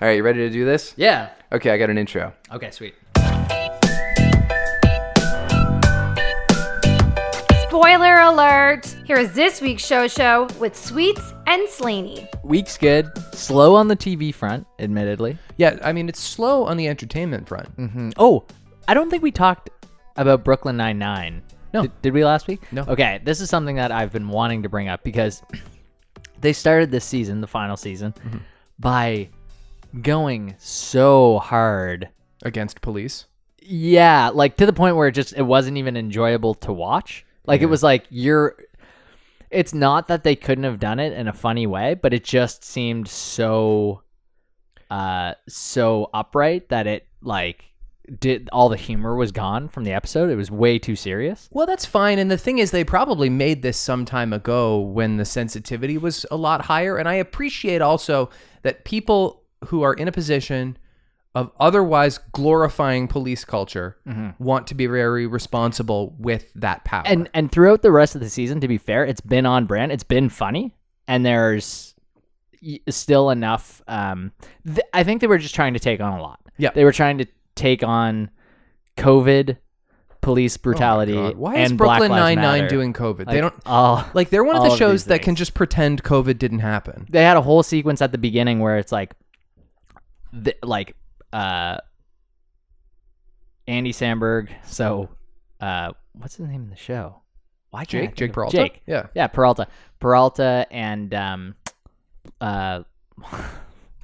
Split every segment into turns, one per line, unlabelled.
All right, you ready to do this?
Yeah.
Okay, I got an intro.
Okay, sweet.
Spoiler alert! Here is this week's show show with Sweets and Slaney.
Week's good. Slow on the TV front, admittedly.
Yeah, I mean, it's slow on the entertainment front.
Oh, I don't think we talked about Brooklyn Nine Nine.
No.
Did, did we last week?
No.
Okay, this is something that I've been wanting to bring up because they started this season, the final season, by going so hard.
Against police.
Yeah, like to the point where it just it wasn't even enjoyable to watch. Like it was like you're it's not that they couldn't have done it in a funny way, but it just seemed so uh so upright that it like did all the humor was gone from the episode. It was way too serious.
Well, that's fine. And the thing is, they probably made this some time ago when the sensitivity was a lot higher. And I appreciate also that people who are in a position of otherwise glorifying police culture want to be very responsible with that power.
And and throughout the rest of the season, to be fair, it's been on brand. It's been funny, and there's y- still enough. Um, th- I think they were just trying to take on a lot.
Yeah.
they were trying to take on COVID, police brutality,
Oh God, why
and
is Brooklyn
Black Lives
Nine Nine
Matter.
doing COVID?
Like,
they don't
all-
like they're one of
all
the shows
these
that can
things.
just pretend COVID didn't happen.
They had a whole sequence at the beginning where it's like, the, like, uh, Andy Samberg. So, uh, what's the name of the show? Why can't I
Jake,
think
Jake
of-
Peralta.
Jake.
Yeah.
Yeah, Peralta. Peralta and um uh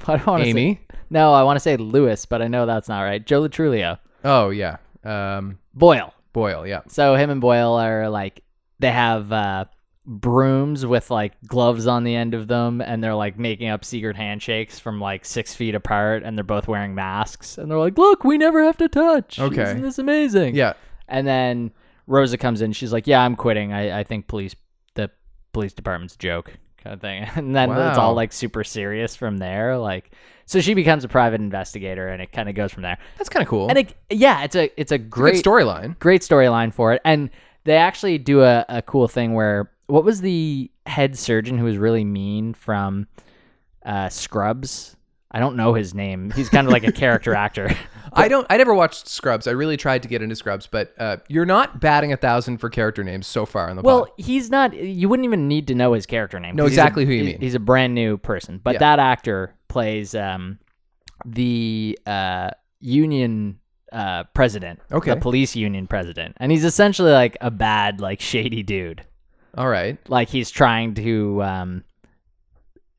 I don't want to say
Amy.
No, I want to say Lewis, but I know that's not right. Joe Latrulio.
Oh yeah. Um,
Boyle.
Boyle. Yeah.
So him and Boyle are like they have uh brooms with like gloves on the end of them and they're like making up secret handshakes from like six feet apart and they're both wearing masks and they're like look we never have to touch
Okay.
isn't this amazing
Yeah.
and then Rosa comes in. She's like, "Yeah, I'm quitting. I, I think police the police department's a joke kind of thing." And then it's
Wow.
all like super serious from there. Like, so she becomes a private investigator, and it kind of goes from there.
That's kind of cool.
And it, yeah, it's a it's a
Good
great
storyline.
great storyline for it. And they actually do a, a cool thing where what was the head surgeon who was really mean from uh, Scrubs? I don't know his name. He's kind of like a character actor.
I don't. I never watched Scrubs. I really tried to get into Scrubs, but uh, you're not batting a thousand for character names so far in the
Well,
pod.
he's not. You wouldn't even need to know his character name.
No,
'cause he's a-
exactly who you
he's-
mean.
He's a brand new person, but
Yeah.
that actor plays um, the uh, union uh, president,
Okay.
the police union president, and he's essentially like a bad, like shady dude.
All right.
Like he's trying to um,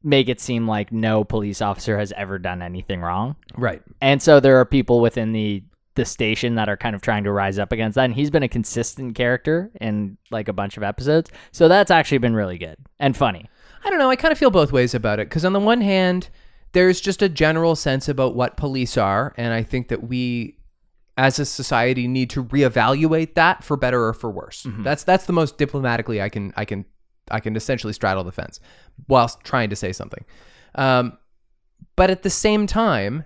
make it seem like no police officer has ever done anything wrong,
Right.
and so there are people within the the station that are kind of trying to rise up against that and he's been a consistent character in like a bunch of episodes so that's actually been really good and funny
I don't know. I kind of feel both ways about it because on the one hand, there's just a general sense about what police are, and I think that we, as a society, need to reevaluate that for better or for worse. That's that's the most diplomatically I can I can I can essentially straddle the fence whilst trying to say something. Um, but at the same time,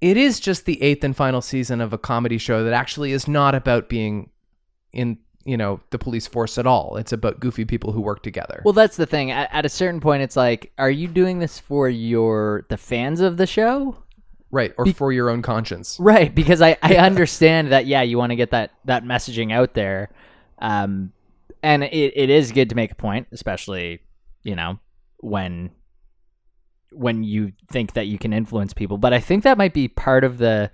it is just the eighth and final season of a comedy show that actually is not about being in you know the police force at all. It's about goofy people who work together.
well that's the thing at, at a certain point it's like are you doing this for your the fans of the show
Right, or for your own conscience.
right because i i understand that yeah you want to get that that messaging out there um and it, it is good to make a point especially you know when when you think that you can influence people but i think that might be part of the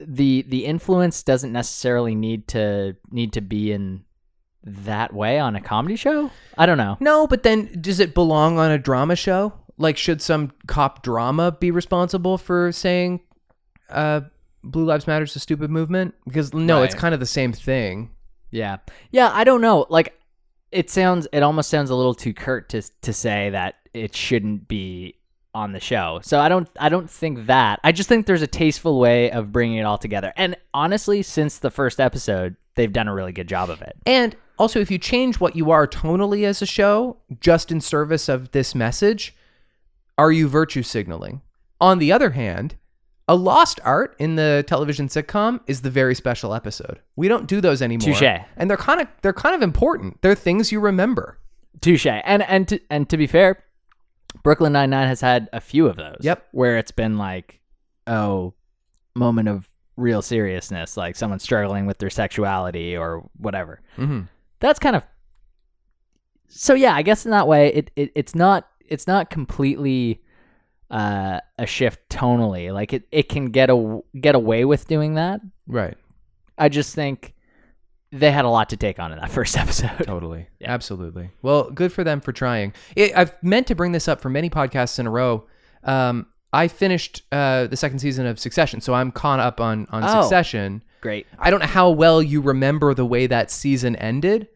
the the influence doesn't necessarily need to need to be in that way on a comedy show i don't know
No, but then does it belong on a drama show? Like, should some cop drama be responsible for saying uh, Blue Lives Matter is a stupid movement? Because no, it's
Right.
kind of the same thing.
Yeah. Yeah, I don't know. Like it sounds it almost sounds a little too curt to to say that it shouldn't be on the show. So I don't I don't think that. I just think there's a tasteful way of bringing it all together. And honestly, since the first episode, they've done a really good job of it.
And also, if you change what you are tonally as a show, just in service of this message, are you virtue signaling? On the other hand, a lost art in the television sitcom is the very special episode. We don't do those anymore.
Touche.
And they're kind of they're kind of important. They're things you remember.
Touche. And and to, and to be fair, Brooklyn Nine Nine has had a few of those.
Yep.
Where it's been like, oh, moment of real seriousness, like someone struggling with their sexuality or whatever.
Mm-hmm.
That's kind of. So yeah, I guess in that way, it, it it's not it's not completely uh, a shift tonally. Like it it can get a get away with doing that.
Right.
I just think they had a lot to take on in that first episode.
Totally.
Yeah.
Absolutely. Well, good for them for trying. It, I've meant to bring this up for many podcasts in a row. Um, I finished uh, the second season of Succession, so I'm caught up on on
Oh.
Succession.
Great.
I don't know how well you remember the way that season ended,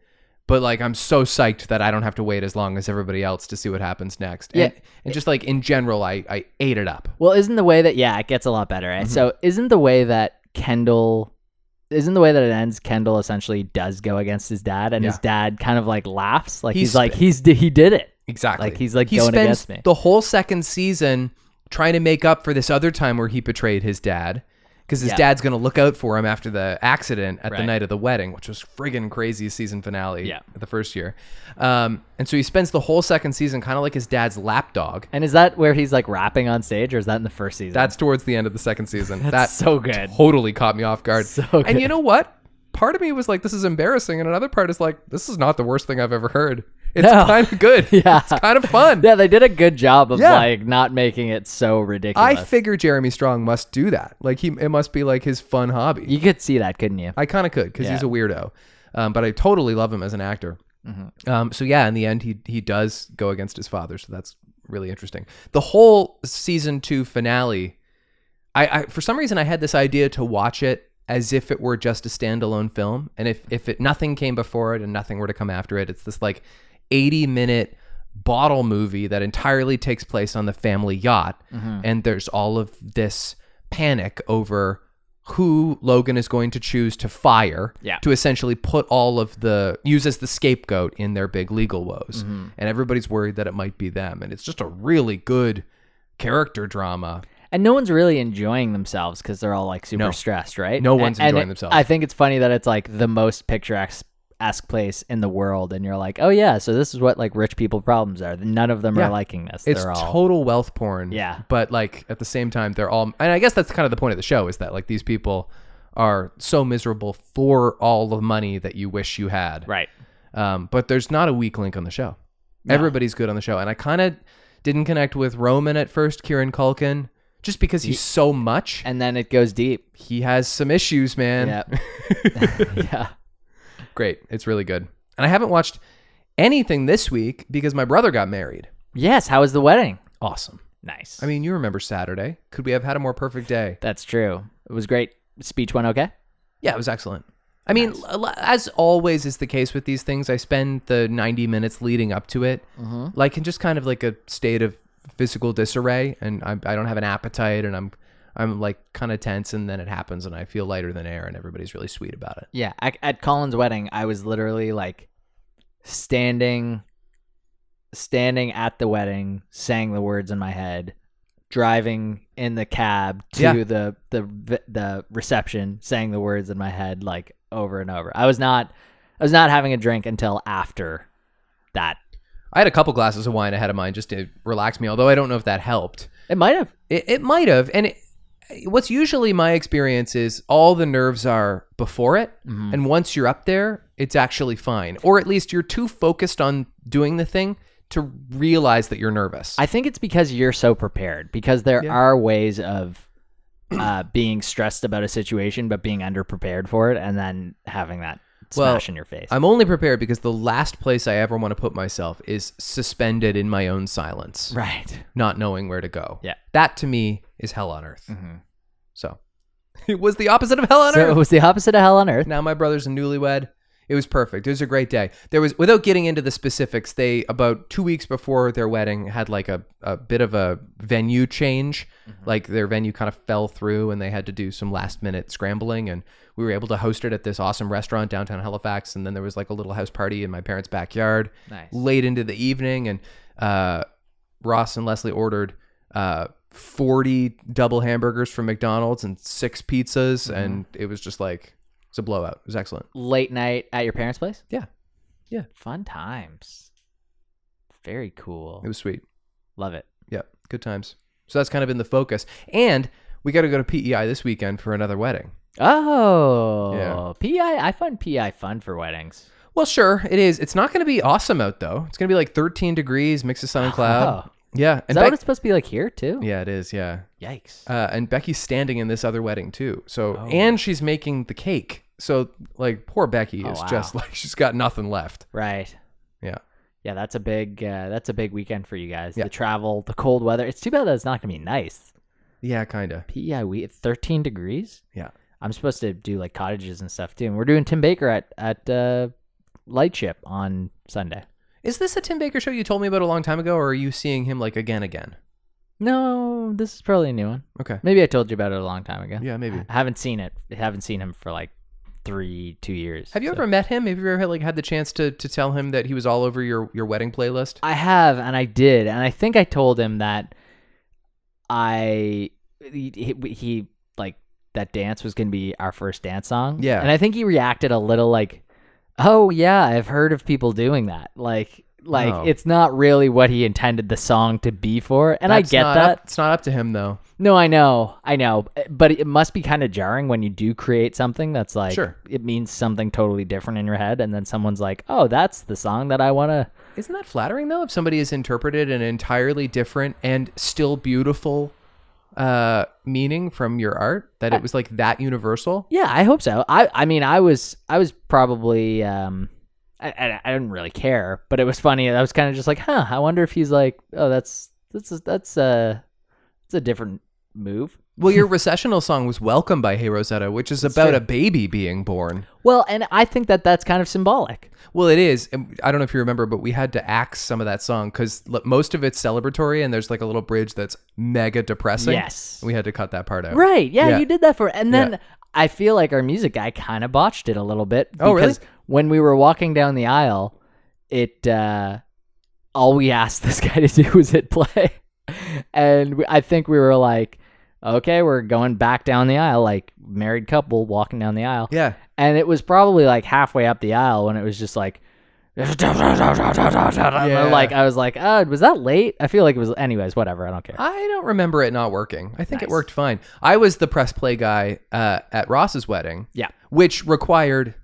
but like I'm so psyched that I don't have to wait as long as everybody else to see what happens next. And,
Yeah.
and just like in general, I I ate it up.
Well, isn't the way that yeah, it gets a lot better. Right? So isn't the way that Kendall isn't the way that it ends Kendall essentially does go against his dad and his dad kind of like laughs like he's,
He's
like he's d- he did it.
Exactly.
Like, he's, like,
he
going
spends
against me.
the whole second season trying to make up for this other time where he betrayed his dad because his
Yeah.
dad's going to look out for him after the accident at the
Right.
night of the wedding, which was friggin' crazy season finale.
Yeah.
the first year, um, and so he spends the whole second season kind of like his dad's lapdog.
And is that where he's like rapping on stage or is that in the first season?
That's towards the end of the second season.
That's
that
so good.
totally caught me off guard.
So
And
good.
you know what? Part of me was like, "This is embarrassing," and another part is like, "This is not the worst thing I've ever heard. It's
No.
kind of good.
Yeah.
it's kind of fun."
Yeah, they did a good job of
Yeah.
like not making it so
I
ridiculous.
figure Jeremy Strong must do that. Like he, it must be like his fun hobby.
you could see that, couldn't you?
I kind of could because
Yeah.
he's a weirdo, um, but I totally love him as an actor. Um, so yeah, in the end, he he does go against his father, so that's really interesting. The whole season two finale, I, I for some reason I had this idea to watch it as if it were just a standalone film, and if if it nothing came before it and nothing were to come after it, it's this like eighty minute bottle movie that entirely takes place on the family yacht, and there's all of this panic over who Logan is going to choose to fire
Yeah.
to essentially put all of the use as the scapegoat in their big legal woes. And everybody's worried that it might be them. And it's just a really good character drama.
And no one's really enjoying themselves because they're all like super
No.
stressed, right?
No
A-
one's
and
enjoying
it-
themselves.
I think it's funny that it's like the most picturesque esque place in the world, and you're like, oh yeah, so this is what like rich people problems are. None of them
Yeah.
are liking this.
It's
they're all
total wealth porn.
Yeah.
But like at the same time, they're all and I guess that's kind of the point of the show is that like these people are so miserable for all the money that you wish you had.
right.
Um, but there's not a weak link on the show. Everybody's good on the show, and I kind of didn't connect with Roman at first, Kieran Culkin, just because he's so much.
And then it goes deep.
He has some issues, man.
Yeah. yeah.
Great, it's really good. And I haven't watched anything this week because my brother got married.
Yes. How was the wedding?
Awesome.
Nice.
I mean, you remember Saturday? Could we have had a more perfect day?
that's true. It was great. Speech went okay.
Yeah, it was excellent. I mean, l- l- as always is the case with these things, I spend the 90 minutes leading up to it, like in just kind of like a state of physical disarray, and I, I don't have an appetite, and I'm I'm like kind of tense, and then it happens, and I feel lighter than air, and everybody's really sweet about it.
Yeah, at, at Colin's wedding, I was literally like standing, standing at the wedding, saying the words in my head, driving in the cab to
Yeah.
the the v- the reception, saying the words in my head like over and over. I was not, I was not having a drink until after that.
I had a couple glasses of wine ahead of mine just to relax me, although I don't know if that helped.
It might have.
It, it might have. And it, what's usually my experience is all the nerves are before it.
Mm-hmm.
And once you're up there, it's actually fine. Or at least you're too focused on doing the thing to realize that you're nervous.
I think it's because you're so prepared because there
Yeah.
are ways of uh, being stressed about a situation but being underprepared for it and then having that
Well,
smash in your face.
I'm only prepared because the last place I ever want to put myself is suspended in my own silence,
right.
not knowing where to go.
Yeah. Mm-hmm.
That to me is hell on earth. So it was the opposite of hell on
So
earth.
it was the opposite of hell on earth.
Now my brother's a newlywed. It was perfect. It was a great day. There was, without getting into the specifics, they about two weeks before their wedding had like a, a bit of a venue change. Mm-hmm. Like their venue kind of fell through and they had to do some last minute scrambling. And we were able to host it at this awesome restaurant downtown Halifax. And then there was like a little house party in my parents' backyard
Nice.
late into the evening. And uh, Ross and Leslie ordered uh, 40 double hamburgers from McDonald's and six pizzas.
Mm-hmm.
And it was just like, it's a blowout. It was excellent.
Late night at your parents' place?
Yeah. Yeah.
Fun times. Very cool.
It was sweet.
Love it.
Yeah, good times. So that's kind of been the focus. And we got to go to PEI this weekend for another wedding.
Oh, PI. I find PI fun for weddings.
Well, sure, it is. It's not going to be awesome out though. It's going to be like 13 degrees, mix of sun and cloud.
Oh.
Yeah,
Is
and
that
Beck-
what it's supposed to be like here too?
yeah, it is. Yeah,
Yikes.
uh, and Becky's standing in this other wedding too. So
Oh.
and she's making the cake. So like poor Becky
Oh,
is
wow.
just like she's got nothing left.
Right.
Yeah.
Yeah, that's a big uh, that's a big weekend for you guys.
Yeah.
The travel, the cold weather. It's too bad that it's not gonna be nice.
Yeah, kind of.
PEI we thirteen degrees.
Yeah.
I'm supposed to do like cottages and stuff too. And we're doing Tim Baker at at uh, Lightship on Sunday.
Is this a Tim Baker show you told me about a long time ago, or are you seeing him like again, again?
No, this is probably a new one.
Okay.
Maybe I told you about it a long time ago.
Yeah, maybe.
I haven't seen it. I haven't seen him for like three, two years.
Have you
so-
ever met him? Have you ever had, like had the chance to to tell him that he was all over your your wedding playlist?
I have, and I did, and I think I told him that I he, he, he like that dance was gonna be our first dance song.
Yeah.
and I think he reacted a little like, "Oh yeah, I've heard of people doing that." Like, like
No.
it's not really what he intended the song to be for, and I
That's
get
not
that.
up- it's not up to him though.
No, I know, I know, but it must be kind of jarring when you do create something that's like
Sure.
it means something totally different in your head, and then someone's like, "Oh, that's the song that I want to."
Isn't that flattering though? If somebody has interpreted an entirely different and still beautiful uh, meaning from your art, that it was like that universal.
Yeah, I hope so. I I mean, I was I was probably um I I, I didn't really care, but it was funny. I was kind of just like, "Huh, I wonder if he's like, oh, that's that's that's uh that's a different move."
Well, your recessional song was "Welcome" by Hey Rosetta, which is about
true.
a baby being born.
Well, and I think that that's kind of symbolic.
Well, it is. And I don't know if you remember, but we had to axe some of that song because most of it's celebratory, and there's like a little bridge that's mega depressing.
Yes.
And we had to cut that part out.
Right. Yeah,
Uh, Yeah.
you did that for and
Yeah.
then I feel like our music guy kind of botched it a little bit
Oh, really?
when we were walking down the aisle, it uh all we asked this guy to do was hit play. And we, I think we were like, okay, we're going back down the aisle like married couple walking down the aisle.
Yeah.
And it was probably like halfway up the aisle when it was just like like I was like, oh, was that late? I feel like it was anyways, whatever, I don't care.
I don't remember it not working. I think it
Nice.
worked fine. I was the press play guy uh, at Ross's wedding.
Yeah.
Which required,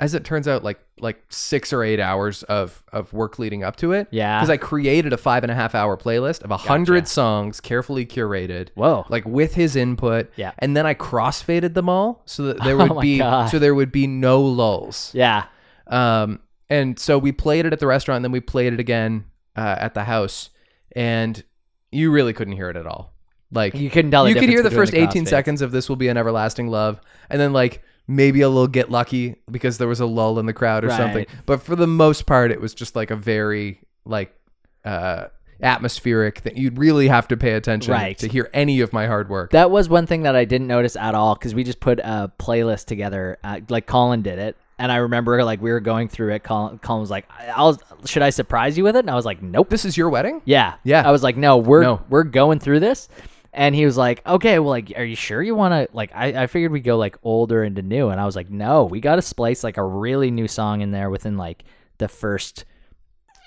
as it turns out, like like six or eight hours of of work leading up to it.
Yeah.
Because I created a five and a half hour playlist of a hundred songs, carefully curated.
Whoa.
Like with his input.
Yeah.
And then I crossfaded them all so that there
Oh
would
my
be
God.
so there would be no lulls.
yeah.
Um, and so we played it at the restaurant, and then we played it again uh, at the house, and you really couldn't hear it at all. Like
You couldn't tell the
you could hear the
difference
first
between the
18
crossfades.
seconds of "This Will Be an Everlasting Love," and then like maybe a little "Get Lucky" because there was a lull in the crowd or something.
Right.
But for the most part, it was just like a very like uh, atmospheric thing. You'd really have to pay attention
Right.
to hear any of my hard work.
That was one thing that I didn't notice at all because we just put a playlist together. Uh, like Colin did it, and I remember like we were going through it. Colin, Colin was like, I- "I'll should I surprise you with it?" And I was like, "Nope."
this is your wedding.
Yeah,
Yeah.
I was like, "No, we're
No.
we're going through this." And he was like, "Okay, well, like, are you sure you want to like?" I, I figured we go like older into new, and I was like, "No, we got to splice like a really new song in there within like the first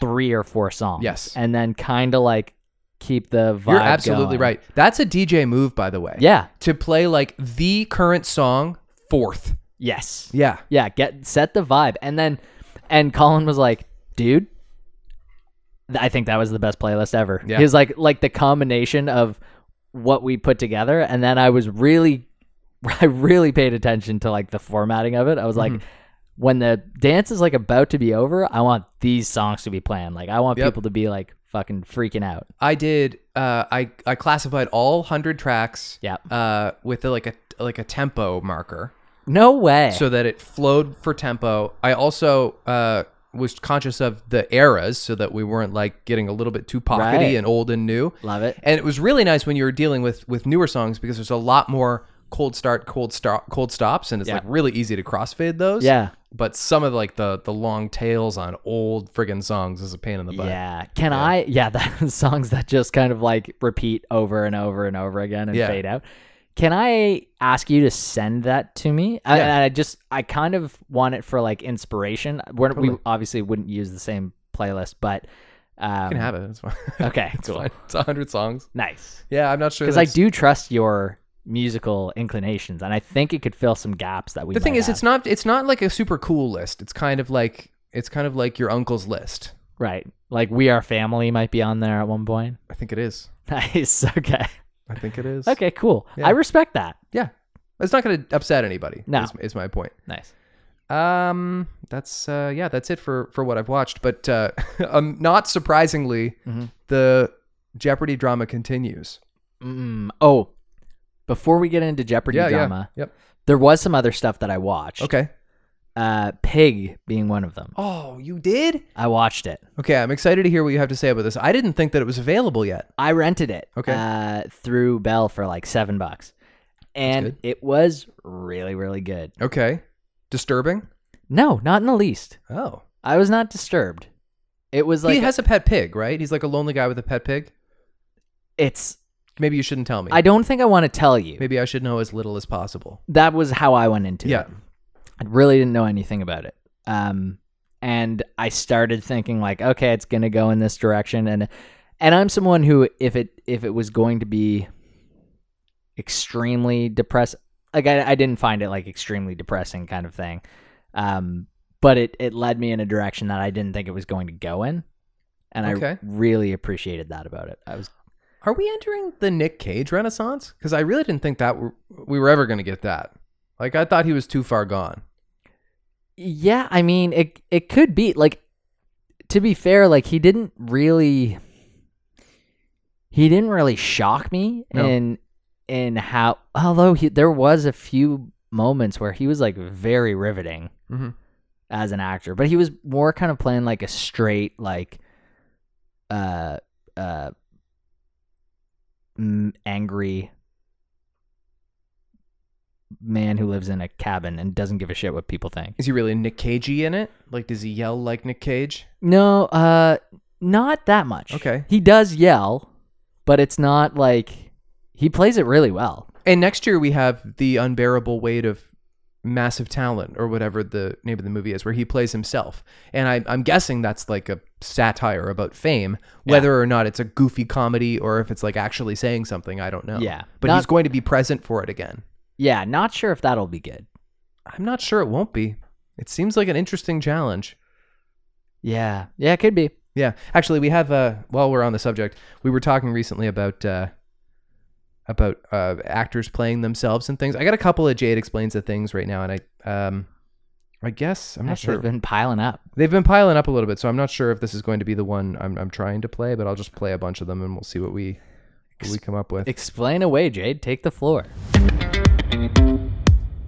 three or four songs."
Yes.
and then kind of like keep the vibe.
You're absolutely
going.
right. That's a DJ move, by the way.
Yeah.
to play like the current song fourth.
Yes.
Yeah.
Yeah, get set the vibe, and then, and Colin was like, "Dude, th- I think that was the best playlist ever."
Yeah.
He was like, like the combination of what we put together, and then I was really, I really paid attention to like the formatting of it. I was
Mm-hmm.
like, when the dance is like about to be over, I want these songs to be playing. Like, I want
Yep.
people to be like fucking freaking out.
I did uh I I classified all 100 tracks
Yeah.
uh with a, like a like a tempo marker
No way.
so that it flowed for tempo. I also uh was conscious of the eras so that we weren't like getting a little bit too pockety
Right.
and old and new.
Love it.
And it was really nice when you were dealing with with newer songs because there's a lot more cold start, cold stop, cold stops and it's
Yeah.
like really easy to crossfade those.
Yeah.
But some of like the the long tails on old friggin' songs is a pain in the butt.
Yeah. Can I? Yeah, that songs that just kind of like repeat over and over and over again and
Yeah.
fade out. Can I ask you to send that to me? I,
Yeah.
and I just I kind of want it for like inspiration. We're, We
Totally.
obviously wouldn't use the same playlist, but Um,
You can have it. It's fine.
Okay,
it's
cool.
fine. It's hundred songs.
Nice.
Yeah, I'm not sure.
Because I
that's-
do trust your musical inclinations, and I think it could fill some gaps that we.
The thing
might
is,
have.
it's not. It's not like a super cool list. It's kind of like it's kind of like your uncle's list.
right. Like we are family might be on there at one point.
I think it is.
Nice. Okay.
I think it is.
Okay. Cool. I respect that.
Yeah. It's not going to upset anybody.
No.
is, is my point.
Nice.
Um, that's uh, yeah, that's it for for what I've watched. But uh, um, not surprisingly,
Mm-hmm.
the Jeopardy drama continues.
Mm, oh, before we get into Jeopardy
Yeah,
drama,
yeah, yep.
there was some other stuff that I watched.
Okay.
Uh, Pig being one of them.
Oh, you did?
I watched it.
Okay, I'm excited to hear what you have to say about this. I didn't think that it was available yet.
I rented it.
Okay.
Uh, through Bell for like seven bucks, and
good.
it was really really good.
Okay. Disturbing.
No, not in the least.
Oh,
I was not disturbed. It was like
he has a pet pig, right? He's like a lonely guy with a pet pig.
it's.
Maybe you shouldn't tell me.
I don't think I want to tell you.
Maybe I should know as little as possible.
That was how I went into
Yeah.
it. I really didn't know anything about it. Um, and I started thinking like, okay, it's gonna go in this direction, and and I'm someone who, if it if it was going to be extremely depressed, like I, I didn't find it like extremely depressing kind of thing, um, but it it led me in a direction that I didn't think it was going to go in, and I
Okay.
really appreciated that about it. I was
Are we entering the Nick Cage renaissance? Because I really didn't think that w we were ever going to get that. Like I thought he was too far gone.
Yeah, I mean it it could be like to be fair, like he didn't really he didn't really shock me
No.
in in how although he, there was a few moments where he was like very riveting
Mhm.
as an actor, but he was more kind of playing like a straight like uh uh m- angry man who lives in a cabin and doesn't give a shit what people think.
Is he really Nick Cagey in it? Like, does he yell like Nick Cage?
No, uh not that much.
Okay.
He does yell, but it's not like he plays it really well.
And next year we have the unbearable weight of massive talent, or whatever the name of the movie is, where he plays himself. And I, I'm guessing that's like a satire about fame, whether or not it's a goofy comedy or if it's like actually saying something. I don't know.
Yeah.
but
Not-
he's going to be present for it again.
Yeah, not sure if that'll be good.
I'm not sure it won't be. It seems like an interesting challenge.
Yeah. Yeah, it could be.
Yeah, actually, we have. Uh, while we're on the subject, we were talking recently about uh, about uh, actors playing themselves and things. I got a couple of Jade explains the things right now, and I, um, I guess I'm not
Actually,
sure.
They've been piling up.
They've been piling up a little bit, so I'm not sure if this is going to be the one I'm, I'm trying to play. But I'll just play a bunch of them, and we'll see what we what we come up with.
Explain away, Jade. Take the floor.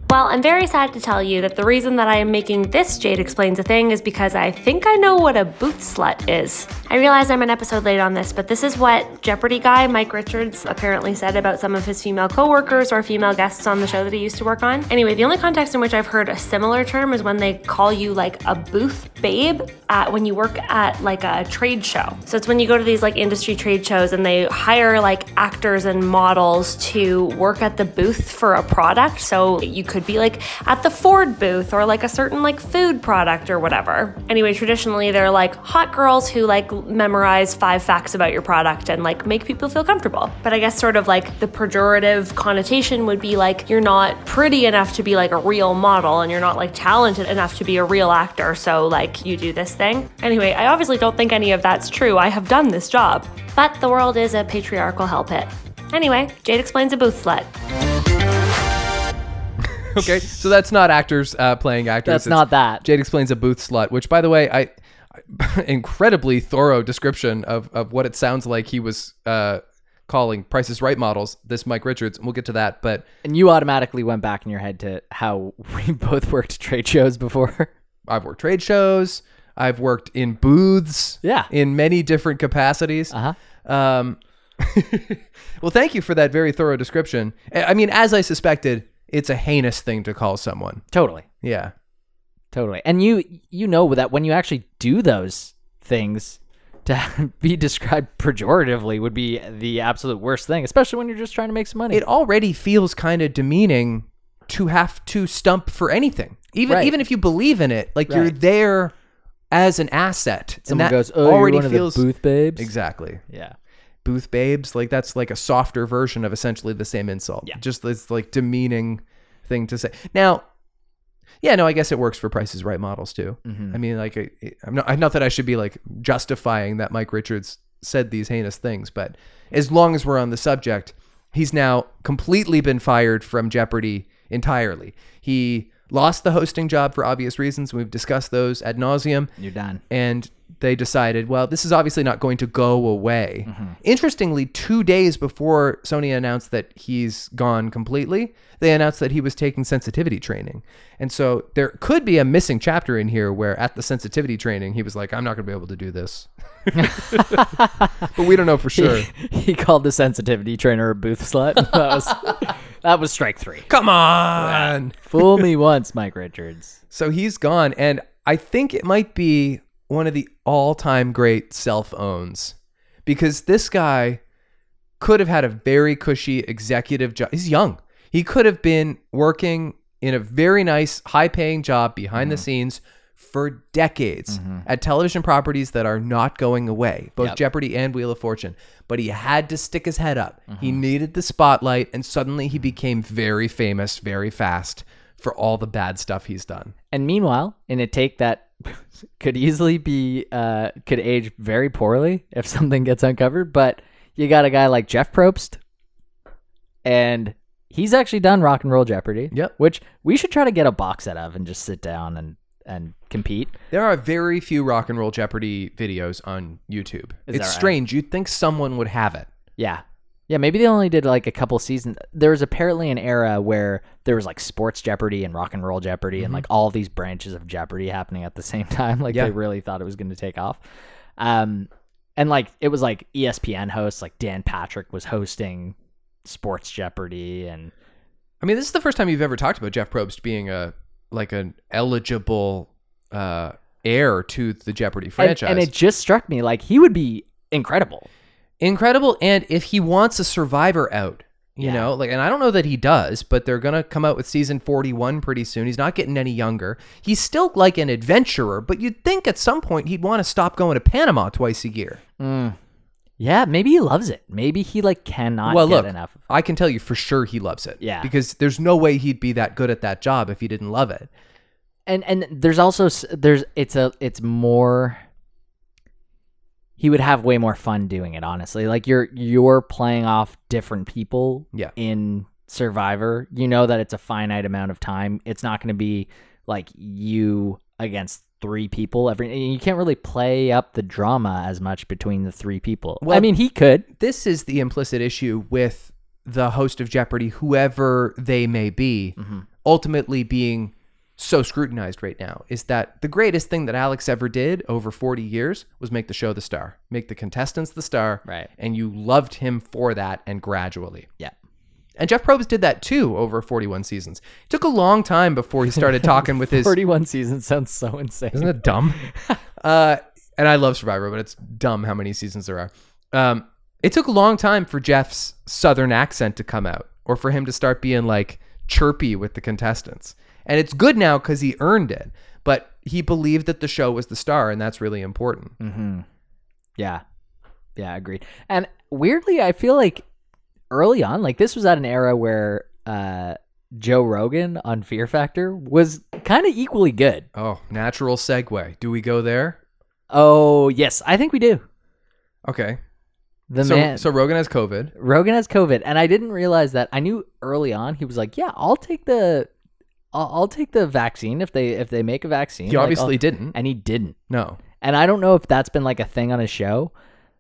Well, I'm very sad to tell you that the reason that I am making this Jade Explains a Thing is because I think I know what a boot slut is. I realize I'm an episode late on this, but this is what Jeopardy guy Mike Richards apparently said about some of his female coworkers or female guests on the show that he used to work on. Anyway, the only context in which I've heard a similar term is when they call you like a booth babe at, when you work at like a trade show. So it's when you go to these like industry trade shows and they hire like actors and models to work at the booth for a product. So you could be like at the Ford booth or like a certain like food product or whatever. Anyway, traditionally they're like hot girls who like memorize five facts about your product and like make people feel comfortable. But I guess sort of like the pejorative connotation would be like you're not pretty enough to be like a real model and you're not like talented enough to be a real actor. So like you do this thing. Anyway, I obviously don't think any of that's true. I have done this job. But the world is a patriarchal hell pit. Anyway, Jade explains a booth slut.
okay, so that's not actors uh, playing actors.
That's
It's-
not that.
Jade explains a booth slut, which, by the way, I incredibly thorough description of, of what it sounds like he was uh, calling Price is Right models. This Mike Richards, and we'll get to that. But
And you automatically went back in your head to how we both worked trade shows before.
I've worked trade shows. I've worked in booths.
Yeah.
in many different capacities.
Uh-huh.
Um, well, thank you for that very thorough description. I I mean, as I suspected, it's a heinous thing to call someone.
Totally.
Yeah.
Totally. And you you know that when you actually do those things to be described pejoratively would be the absolute worst thing, especially when you're just trying to make some money.
it already feels kind of demeaning to have to stump for anything. Even
Right.
even if you believe in it, like you're
Right.
there as an asset. And
Someone
that
goes, "Oh, you're one of the booth babes."
exactly
Yeah.
booth babes. Like that's like a softer version of essentially the same insult.
Yeah.
just this like demeaning thing to say. Now, yeah, no, I guess it works for Price is Right models too.
Mm-hmm.
I mean, like I, I'm not not that I should be like justifying that Mike Richards said these heinous things, but as long as we're on the subject, he's now completely been fired from Jeopardy entirely. He lost the hosting job for obvious reasons. We've discussed those ad nauseum
You're done.
and they decided, well, this is obviously not going to go away. Interestingly, two days before Sony announced that he's gone completely, they announced that he was taking sensitivity training. And so there could be a missing chapter in here where at the sensitivity training, he was like, I'm not going to be able to do this. but we don't know for sure.
he called the sensitivity trainer a booth slut. That was that was strike three.
Come on.
Fool me once, Mike Richards.
So he's gone, and I think it might be one of the all-time great self-owns because this guy could have had a very cushy executive job. He's young. He could have been working in a very nice, high-paying job behind the scenes for decades at television properties that are not going away, both
Yep.
Jeopardy and Wheel of Fortune. But he had to stick his head up. He needed the spotlight, and suddenly he became very famous very fast for all the bad stuff he's done.
And meanwhile, in a take that could easily be uh, could age very poorly if something gets uncovered, but you got a guy like Jeff Probst, and he's actually done Rock and Roll Jeopardy.
Yep.
Which we should try to get a box set of and just sit down and and compete.
There are very few rock and roll Jeopardy videos on YouTube.
Is that
it's
right?
strange. You'd think someone would have it.
Yeah. Yeah, maybe they only did like a couple seasons. There was apparently an era where there was like sports Jeopardy and rock and roll Jeopardy and like all these branches of Jeopardy happening at the same time. Like
Mm-hmm. Yeah.
they really thought it was going to take off. Um, and like it was like E ESPN hosts, like Dan Patrick was hosting sports Jeopardy and
I mean, this is the first time you've ever talked about Jeff Probst being a like an eligible uh, heir to the Jeopardy
and,
franchise.
and it just struck me like he would be incredible.
incredible. And if he wants a survivor out, you
Yeah.
know, like, and I don't know that he does, but they're gonna come out with season forty-one pretty soon. He's not getting any younger. He's still like an adventurer, but you'd think at some point he'd want to stop going to Panama twice a year. Mm.
Yeah, maybe he loves it. Maybe he like cannot
well,
get
look,
enough.
I can tell you for sure he loves it.
Yeah.
Because there's no way he'd be that good at that job if he didn't love it.
and and there's also s- there's it's a it's more he would have way more fun doing it honestly like you're you're playing off different people
Yeah.
in survivor you know that it's a finite amount of time it's not going to be like you against three people every and you can't really play up the drama as much between the three people i
Well-
mean he could
This is the implicit issue with the host of Jeopardy, whoever they may be,
Mm-hmm.
ultimately being so scrutinized right now is that the greatest thing that Alex ever did over 40 years was make the show the star, make the contestants the star.
Right.
And you loved him for that and gradually.
yeah
And Jeff Probst did that too over 41 seasons. It took a long time before he started talking with his
31 seasons sounds so insane
Isn't it dumb? uh, and I love Survivor, but it's dumb how many seasons there are. Um, it took a long time for Jeff's southern accent to come out, or for him to start being like chirpy with the contestants. And it's good now because he earned it, but he believed that the show was the star, and that's really important.
Mm-hmm. Yeah. Yeah, agreed. And weirdly, I feel like early on, like this was at an era where uh Joe Rogan on Fear Factor was kind of equally good.
Oh, natural segue. Do we go there?
Oh, yes, I think we do.
Okay.
The
so,
man
so Rogan has COVID.
Rogan has COVID, and I didn't realize that. I knew early on he was like, "Yeah, I'll take the I'll, I'll take the vaccine if they if they make a vaccine."
He
Like, I'll-
obviously didn't.
and he didn't.
No.
And I don't know if that's been like a thing on his show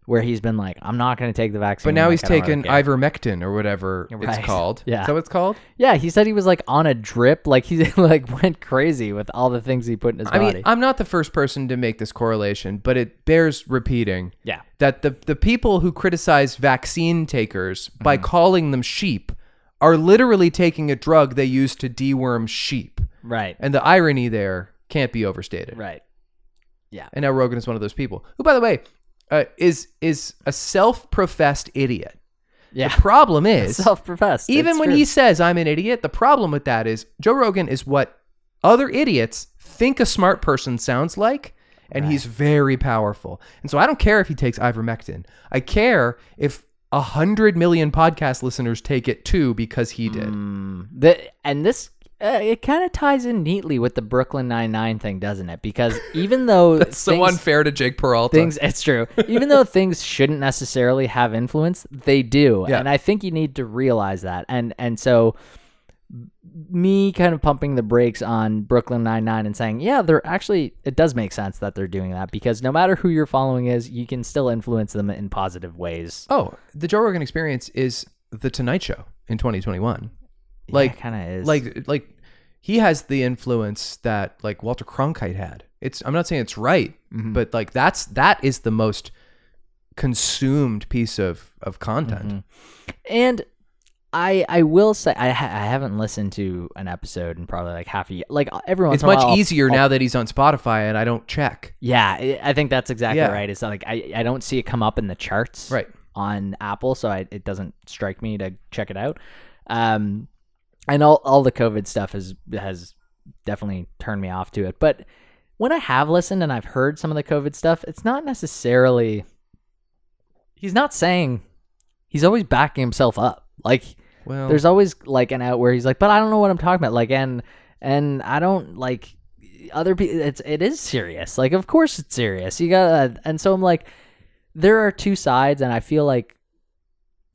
where he's been like, "I'm not going to take the vaccine."
But now
like,
he's
Oh I don't
taken
really care."
ivermectin or whatever
Right.
it's called.
Yeah.
Is that what it's called?
Yeah, he said he was like on a drip, like he like went crazy with all the things he put in his
I
body.
mean, I'm not the first person to make this correlation, but it bears repeating
yeah,
that the, the people who criticize vaccine takers by
Mm-hmm.
calling them sheep are literally taking a drug they use to deworm sheep.
right,
And the irony there can't be overstated.
right.
And now Rogan is one of those people who, by the way, uh, is is a self-professed idiot.
Yeah,
The problem is
self-professed.
even
it's
when
true.
he says I'm an idiot, the problem with that is Joe Rogan is what other idiots think a smart person sounds like, and he's very powerful. And so I don't care if he takes ivermectin. I care if a hundred million podcast listeners take it too because he did.
The, and this uh, it kind of ties in neatly with the Brooklyn Nine Nine thing, doesn't it? Because even though
That's so
things-
unfair to Jake Peralta.
things it's true even though things shouldn't necessarily have influence they do
Yeah.
and i think you need to realize that and and so me kind of pumping the brakes on brooklyn 99 and saying yeah they're actually it does make sense that they're doing that because no matter who your following is you can still influence them in positive ways
oh, the Joe Rogan Experience is the Tonight Show in 2021. Like,
kind of is
like like he has the influence that like Walter Cronkite had. It's I'm not saying it's right, but like that's that is the most consumed piece of of content.
and I, I will say I, ha- I haven't listened to an episode in probably like half a year. Like everyone,
It's much easier now that he's on Spotify and I don't check.
Yeah, I- I think that's exactly
Yeah.
right. It's like I, I don't see it come up in the charts
Right.
on Apple, so I, it doesn't strike me to check it out. Um, and all all the COVID stuff has has definitely turned me off to it. But when I have listened and I've heard some of the COVID stuff, it's not necessarily he's not saying he's always backing himself up. Like
Well,
there's always like an out where he's like, but I don't know what I'm talking about. Like, and and I don't like other people. It's it is serious. Like, of course it's serious. You gotta. And so I'm like, there are two sides, and I feel like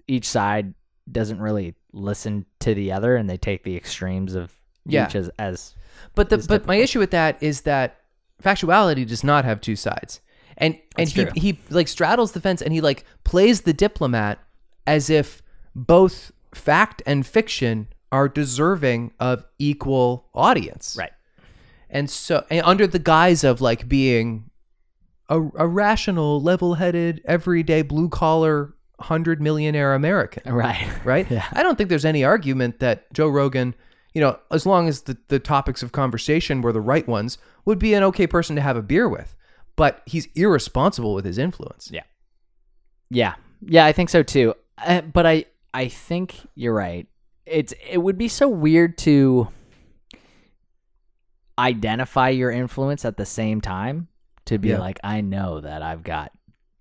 each side doesn't really listen to the other, and they take the extremes of
Yeah.
each as as
but the
is
but my issue with that is that factuality does not have two sides. And and
That's
he
true.
he like straddles the fence and he like plays the diplomat as if both fact and fiction are deserving of equal audience.
right.
and so and under the guise of like being a, a rational level-headed everyday blue-collar 100 millionaire american
Right.
right
Yeah.
i don't think there's any argument that joe rogan you know as long as the, the topics of conversation were the right ones would be an okay person to have a beer with but he's irresponsible with his influence
Yeah. Yeah, yeah, I think so too. Uh, but I, I think you're right. It's it would be so weird to identify your influence at the same time to be
Yeah.
like, I know that I've got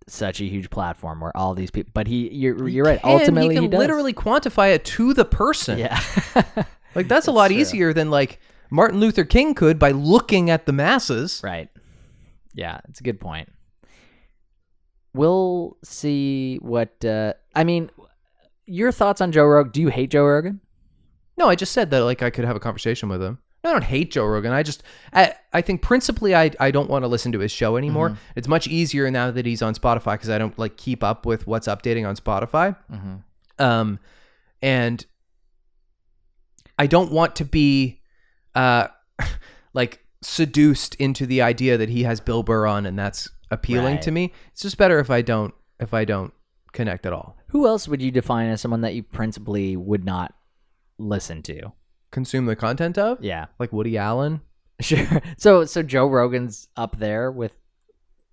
such a huge platform where all these people. But he, you're you're right. Ultimately,
and he can
does.
literally quantify it to the person
yeah.
like that's a lot
true.
easier than like martin luther king could by looking at the masses
Right. Yeah, it's a good point. We'll see what uh I mean your thoughts on Joe Rogan. Do you hate Joe Rogan?
No, I just said that like I could have a conversation with him. No, I don't hate Joe Rogan. I just I, I think principally I I don't want to listen to his show anymore.
Mm-hmm.
It's much easier now that he's on Spotify because I don't like keep up with what's updating on Spotify.
Mm-hmm.
Um, and I don't want to be uh like seduced into the idea that he has Bill Burr on and that's appealing
Right.
to me. It's just better if I don't if I don't connect at all.
Who else would you define as someone that you principally would not listen to?
Consume the content of
Yeah,
like Woody Allen.
sure. So so Joe Rogan's up there with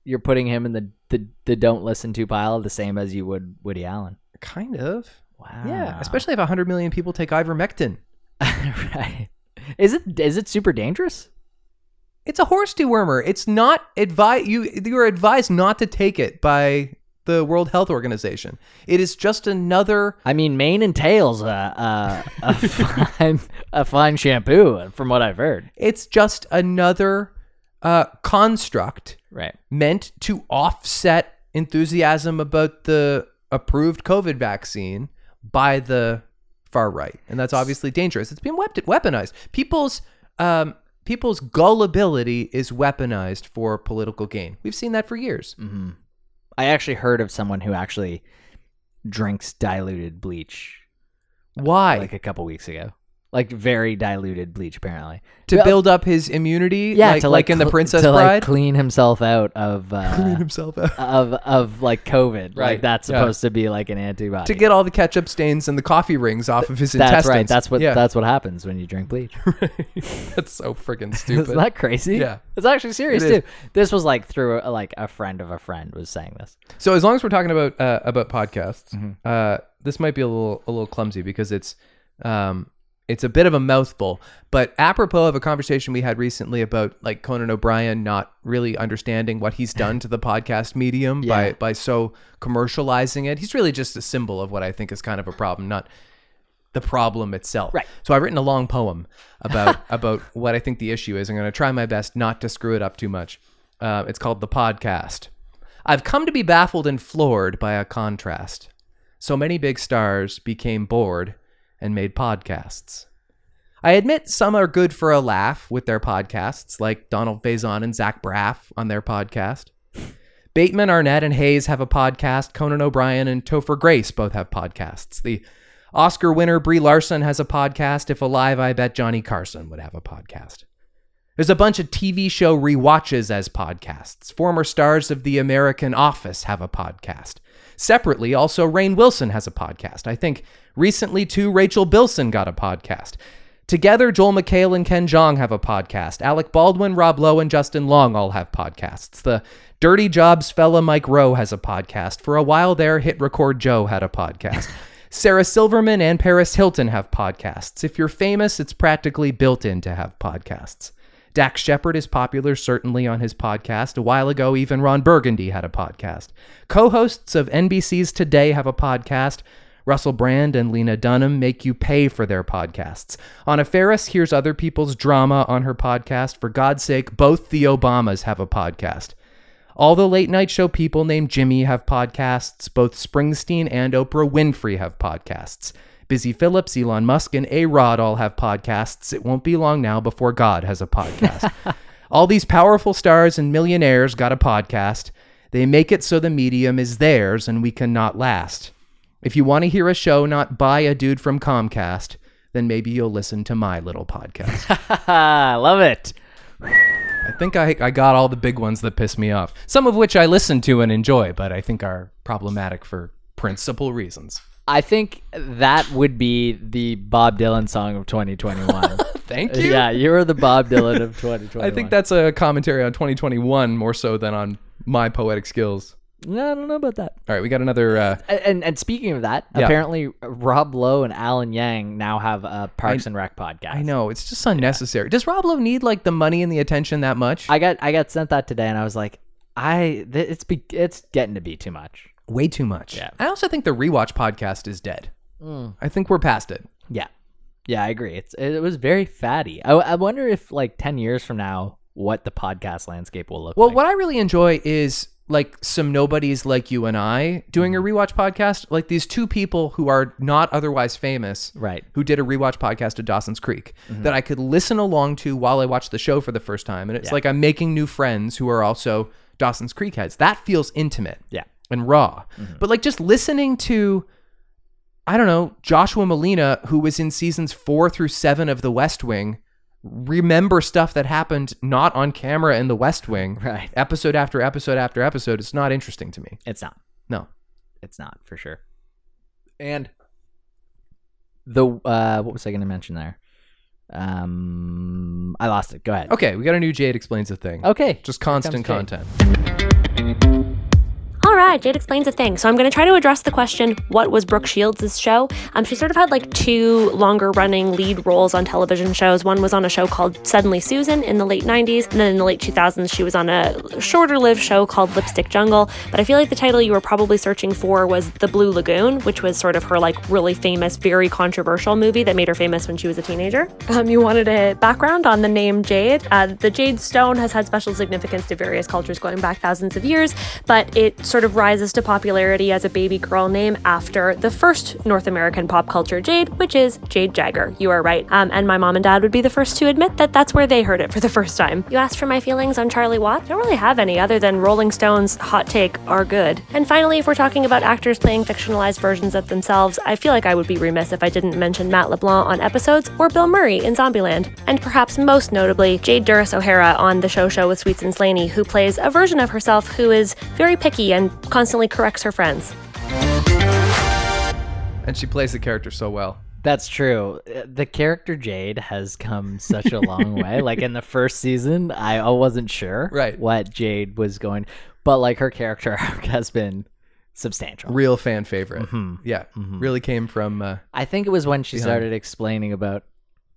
you're putting him in the the, the don't listen to pile the same as you would Woody Allen.
Kind of.
Wow.
Yeah, especially if 100 million people take ivermectin.
right. Is it is it super dangerous?
It's a horse dewormer. It's not advi- you you're advised not to take it by the World Health Organization. It is just another
I mean, mane and tails uh, uh, a fine a fine shampoo from what I've heard.
it's just another uh, construct
Right.
meant to offset enthusiasm about the approved COVID vaccine by the far right, and that's obviously dangerous. It's been wep- weaponized. People's um, people's gullibility is weaponized for political gain. We've seen that for years.
hmm I actually heard of someone who actually drinks diluted bleach
Why?
like a couple weeks ago. Like very diluted bleach, apparently.
to
Yeah.
build up his immunity,
Yeah,
like,
to
like,
like,
in the
cl-
Princess
to, like,
Bride,
clean himself out of uh,
himself out.
of of like COVID.
Right,
Like that's
yeah.
supposed to be like an antibody.
to get all the ketchup stains and the coffee rings off of his
that's
intestines.
right. That's what
Yeah.
that's what happens when you drink bleach.
that's so freaking stupid.
Isn't that crazy?
Yeah.
it's actually serious
It is.
too. This was like through a, like a friend of a friend was saying this.
So as long as we're talking about uh,
Mm-hmm.
about podcasts, uh, this might be a little a little clumsy because it's um, It's a bit of a mouthful, but apropos of a conversation we had recently about like Conan O'Brien not really understanding what he's done to the podcast medium by
Yeah.
by so commercializing it. He's really just a symbol of what I think is kind of a problem, not the problem itself.
Right.
So I've written a long poem about about what I think the issue is. I'm going to try my best not to screw it up too much. Uh, it's called the podcast. I've come to be baffled and floored by a contrast. So many big stars became bored and made podcasts. I admit some are good for a laugh with their podcasts, like Donald Faison and Zach Braff on their podcast. Bateman, Arnett, and Hayes have a podcast. Conan O'Brien and Topher Grace both have podcasts. The Oscar winner Brie Larson has a podcast. If alive, I bet Johnny Carson would have a podcast. There's a bunch of TV show rewatches as podcasts. Former stars of The American Office have a podcast. Separately, also, Rain Wilson has a podcast. I think recently, too, Rachel Bilson got a podcast. Together, Joel McHale and Ken Jeong have a podcast. Alec Baldwin, Rob Lowe, and Justin Long all have podcasts. The Dirty Jobs fella Mike Rowe has a podcast. For a while there, Hit Record Joe had a podcast. Sarah Silverman and Paris Hilton have podcasts. If you're famous, it's practically built in to have podcasts. Dax Shepard is popular, certainly, on his podcast. A while ago, even Ron Burgundy had a podcast. Co hosts of NBC's Today have a podcast. Russell Brand and Lena Dunham make you pay for their podcasts. Anna Ferris hears other people's drama on her podcast. For God's sake, both the Obamas have a podcast. All the late night show people named Jimmy have podcasts. Both Springsteen and Oprah Winfrey have podcasts. Busy Phillips, Elon Musk, and A Rod all have podcasts. It won't be long now before God has a podcast. all these powerful stars and millionaires got a podcast. They make it so the medium is theirs and we cannot last. If you want to hear a show not by a dude from Comcast, then maybe you'll listen to my little podcast.
I Ah, love it.
I think I, I got all the big ones that piss me off, some of which I listen to and enjoy, but I think are problematic for principal reasons.
I think that would be the Bob Dylan song of 2021.
Thank you.
yeah, you are the Bob Dylan of 2021.
I think that's a commentary on 2021 more so than on my poetic skills.
No, I don't know about that.
All right, we got another. Uh,
A- And and speaking of that,
Yeah.
apparently Rob Lowe and Alan Yang now have a Parks and Rec podcast.
I know it's just unnecessary. Does Rob Lowe need like the money and the attention that much?
I got I got sent that today, and I was like, I th- it's be, it's getting to be too much.
Way too much. Hmm.
Yeah.
I also think the rewatch podcast is dead. I think we're past it.
Yeah, yeah, I agree. It's it was very fatty. I, I wonder if like ten years from now, what the podcast landscape will look
Well,
like.
what I really enjoy is like some nobodies like you and I doing a rewatch podcast, like these two people who are not otherwise famous,
Right.
Who did a rewatch podcast of Dawson's Creek that I could listen along to while I watch the show for the first time, and it's like I'm making new friends who are also Dawson's Creek heads. That feels intimate,
Yeah.
and raw. But like just listening to, I don't know, Joshua Molina, who was in seasons four through seven of The West Wing, remember stuff that happened not on camera in The West Wing,
Right.
Episode after episode after episode. It's not interesting to me.
It's not.
No.
It's not for sure. And the uh what was I going to mention there? Um I lost it. Go ahead.
Okay, we got a new Jade explains a thing.
Okay.
Just constant
comes Jade.
content.
All right, Jade explains a thing. So I'm going to try to address the question, what was Brooke Shields' show? Um, she sort of had like two longer running lead roles on television shows. One was on a show called Suddenly Susan in the late 90s, and then in the late 2000s, she was on a shorter lived show called Lipstick Jungle. But I feel like the title you were probably searching for was The Blue Lagoon, which was sort of her like really famous, very controversial movie that made her famous when she was a teenager. Um, you wanted a background on the name Jade. Uh, the Jade Stone has had special significance to various cultures going back thousands of years, but it sort of rises to popularity as a baby girl name after the first North American pop culture Jade, which is Jade Jagger. You are right. Um, and my mom and dad would be the first to admit that that's where they heard it for the first time. You asked for my feelings on Charlie Watts? I don't really have any other than Rolling Stone's Hot Take are good. And finally, if we're talking about actors playing fictionalized versions of themselves, I feel like I would be remiss if I didn't mention Matt LeBlanc on episodes or Bill Murray in Zombieland. And perhaps most notably, Jade Duras O'Hara on The Show Show with Sweets and Slaney, who plays a version of herself who is very picky and constantly corrects her friends.
And she plays the character so well.
That's true. Uh, The character Jade has come such a long way. Like in the first season, I I wasn't sure
Right.
what Jade was going, but like her character arc has been substantial.
Real
Mm-hmm.
fan favorite. Yeah. Really came from. Uh,
I think it was when she started explaining about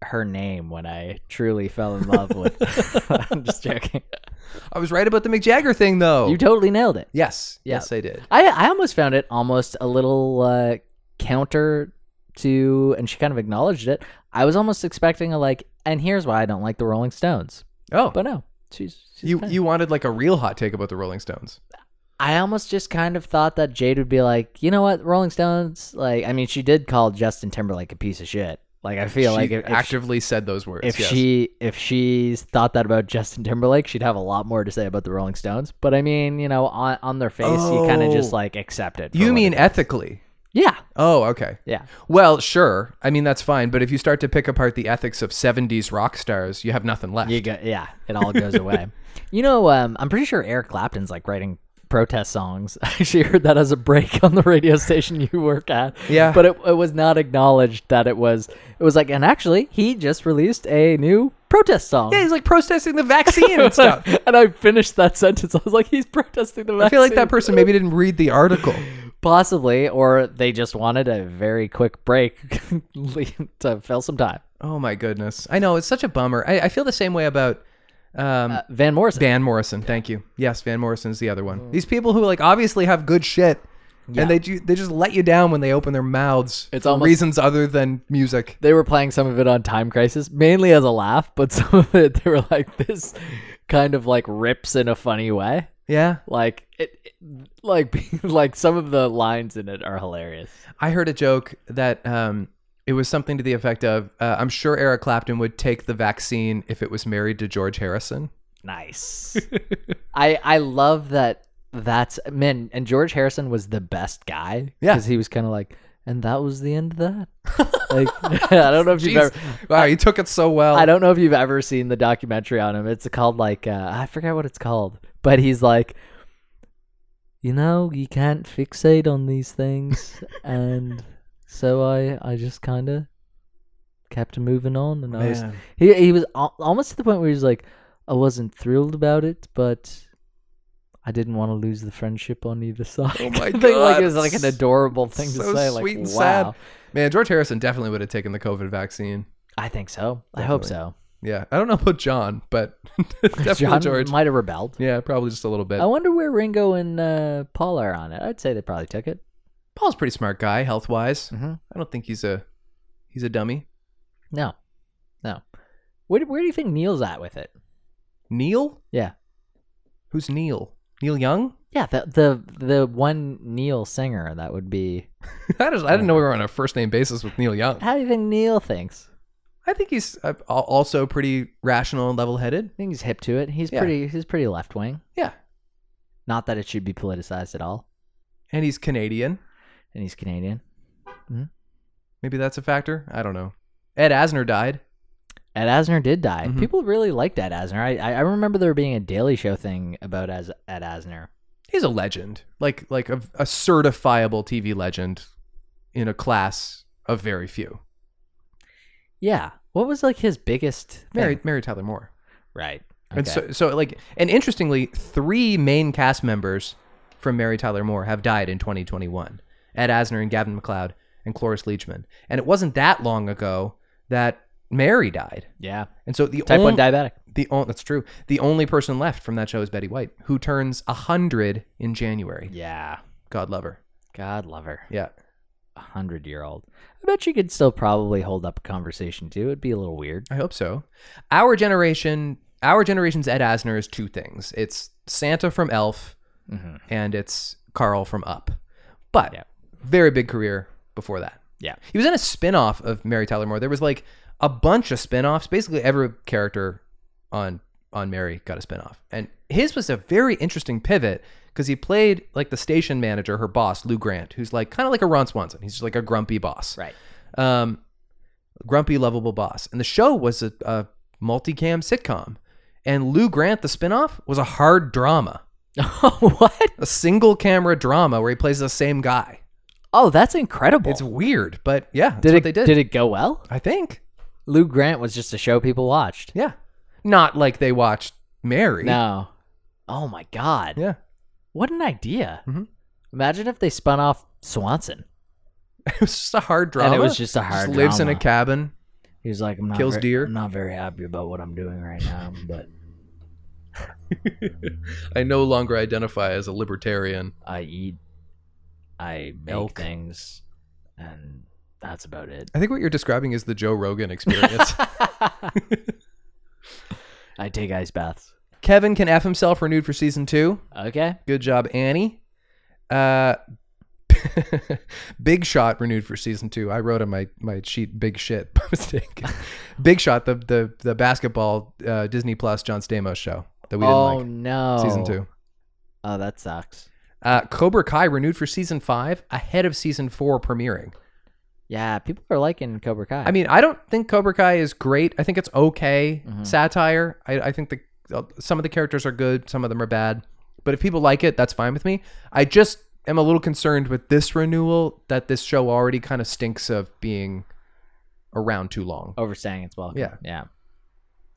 her name when I truly fell in love with. I'm just joking.
I was right about the Mick Jagger thing, though.
You totally nailed it.
yes,
Yeah.
yes, I did.
I I almost found it almost a little uh, counter to, and she kind of acknowledged it. I was almost expecting a like, and here's why I don't like the Rolling Stones.
Oh,
But no, she's, she's
you
fine.
you wanted like a real hot take about the Rolling Stones.
I almost just kind of thought that Jade would be like, you know what, Rolling Stones. Like, I mean, she did call Justin Timberlake a piece of shit. Like, I feel
she
like if, if she-
actively said those words.
if
yes.
she if she's thought that about Justin Timberlake, she'd have a lot more to say about the Rolling Stones. But I mean, you know, on, on their face, you kind of
Oh.
just like accept it. for
you
what
mean
it-
ethically?
yeah,
Oh, okay.
Oh yeah.
Well, sure. I mean, that's fine. But if you start to pick apart the ethics of 70s rock stars, you have nothing left.
You go, yeah, it all goes away. You know, um, I'm pretty sure Eric Clapton's like writing protest songs. I actually heard that as a break on the radio station you work at.
Yeah.
but it, it was not acknowledged that it was. It was like, and actually, he just released a new protest song.
yeah, he's like protesting the vaccine and stuff.
and I finished that sentence. I was like, he's protesting the.
I feel like that
vaccine.
person maybe didn't read the article.
Possibly, or they just wanted a very quick break to fill some time.
Oh my goodness. I know it's such a bummer. I, I feel the same way about um,
Uh, Van Morrison.
Van Morrison. Thank you. Yes, Van Morrison's the other one. These people who like obviously have good shit, and they ju- they just let you down when they open their mouths
It's
for
almost-
reasons other than music.
they were playing some of it on Time Crisis, mainly as a laugh, but some of it they were like this kind of like rips in a funny way.
Yeah,
Like it, it- like like some of the lines in it are hilarious.
I heard a joke that um, it was something to the effect of, uh, "I'm sure Eric Clapton would take the vaccine if it was married to George Harrison."
Nice. I I love that that's man, and George Harrison was the best guy.
Yeah.
Because he was kinda like, and that was the end of that. like I don't know if you've
Jeez.
ever
Wow, you took it so well.
I don't know if you've ever seen the documentary on him. It's called like uh, I forget what it's called, but he's like, you know, you can't fixate on these things, and so I I just kind of kept moving on, and I was
Man.
he he was al- almost to the point where he was like, I wasn't thrilled about it, but. I didn't want to lose the friendship on either side.
Oh my
I think, like
God,
it was like an
it's
adorable thing
so
to say.
sweet
like,
and
wow,
sad. Man, George Harrison definitely would have taken the COVID vaccine.
I think so. I hope so.
Yeah, I don't know about John, but definitely
John
George.
might have rebelled.
yeah, probably just a little bit.
I wonder where Ringo and uh, Paul are on it. I'd say they probably took it.
Paul's a pretty smart guy, health wise.
Mm-hmm.
I don't think he's a he's a dummy.
No, no. Where, do- where do you think Neil's at with it?
Neil?
Yeah,
Who's Neil? Neil Young?
yeah. The the the one Neil singer that would be.
I, just, I didn't know we were on a first name basis with Neil Young.
How do you think Neil thinks?
I think he's uh, al- also pretty rational and level headed.
I think he's hip to it. He's
Yeah.
pretty. He's pretty left wing.
Yeah,
Not that it should be politicized at all.
and he's Canadian.
And he's Canadian.
Maybe that's a factor. I don't know. Ed Asner died.
Ed Asner did die.
Mhm.
People really liked Ed Asner. I I I remember there being a Daily Show thing about as Ed Asner.
He's a legend, like like a, a certifiable TV legend in a class of very few.
Yeah. What was like his biggest thing?
Mary Mary Tyler Moore.
Right.
And
Okay.
so, so like, and interestingly, three main cast members from Mary Tyler Moore have died in 2021: Ed Asner and Gavin McLeod and Cloris Leachman. And it wasn't that long ago that Mary died.
yeah.
And so the
Type
only
one diabetic.
the on, that's true. The only person left from that show is Betty White, who turns hundred in January.
Yeah.
God love her.
God love her.
Yeah.
A hundred year old. I bet she could still probably hold up a conversation too. It'd be a little weird.
I hope so. Our generation, our generation's Ed Asner is two things. It's Santa from Elf, and it's Carl from Up. But
Yeah.
very big career before that.
Yeah.
He was in a spin-off of Mary Tyler Moore. There was like a bunch of spin-offs. Basically every character on on Mary got a spin-off. And his was a very interesting pivot because he played like the station manager, her boss, Lou Grant, who's like kind of like a Ron Swanson. He's just like a grumpy boss.
Right.
Um grumpy lovable boss. And the show was a, a multicam sitcom. And Lou Grant, the spin-off, was a hard drama.
Oh what?
A single camera drama where he plays the same guy.
Oh, that's incredible.
It's weird, but yeah, that's
did
what
it
they did.
it go well?
I think.
Lou Grant was just a show people watched.
Yeah. Not like they watched Mary.
No. Oh my god.
Yeah.
What an idea.
Mhm.
Imagine if they spun off Swanson.
It was just a hard drama.
was just a hard
lives in a
drama.
cabin.
He was like, I'm not
Kills
very,
deer.
I'm not very happy about what I'm doing right now, but
I no longer identify as a libertarian.
I eat, I make
Elk.
things, and that's about it.
I think what you're describing is the Joe Rogan experience.
I take ice baths.
Kevin can F himself renewed for season two.
Okay.
Good job, Annie. Uh, Big Shot renewed for season two. I wrote on my, my sheet Big Shit by mistake. Big Shot, the the the basketball uh, Disney Plus John Stamos show that we didn't
oh
like.
no.
Season two.
Oh, that sucks.
Uh, Cobra Kai renewed for season five ahead of season four premiering.
Yeah, people are liking Cobra Kai.
I mean, I don't think Cobra Kai is great. I think it's okay satire. I, I think the uh, some of the characters are good, some of them are bad. But if people like it, that's fine with me. I just am a little concerned with this renewal that this show already kind of stinks of being around too long.
overstaying its welcome.
Yeah.
yeah.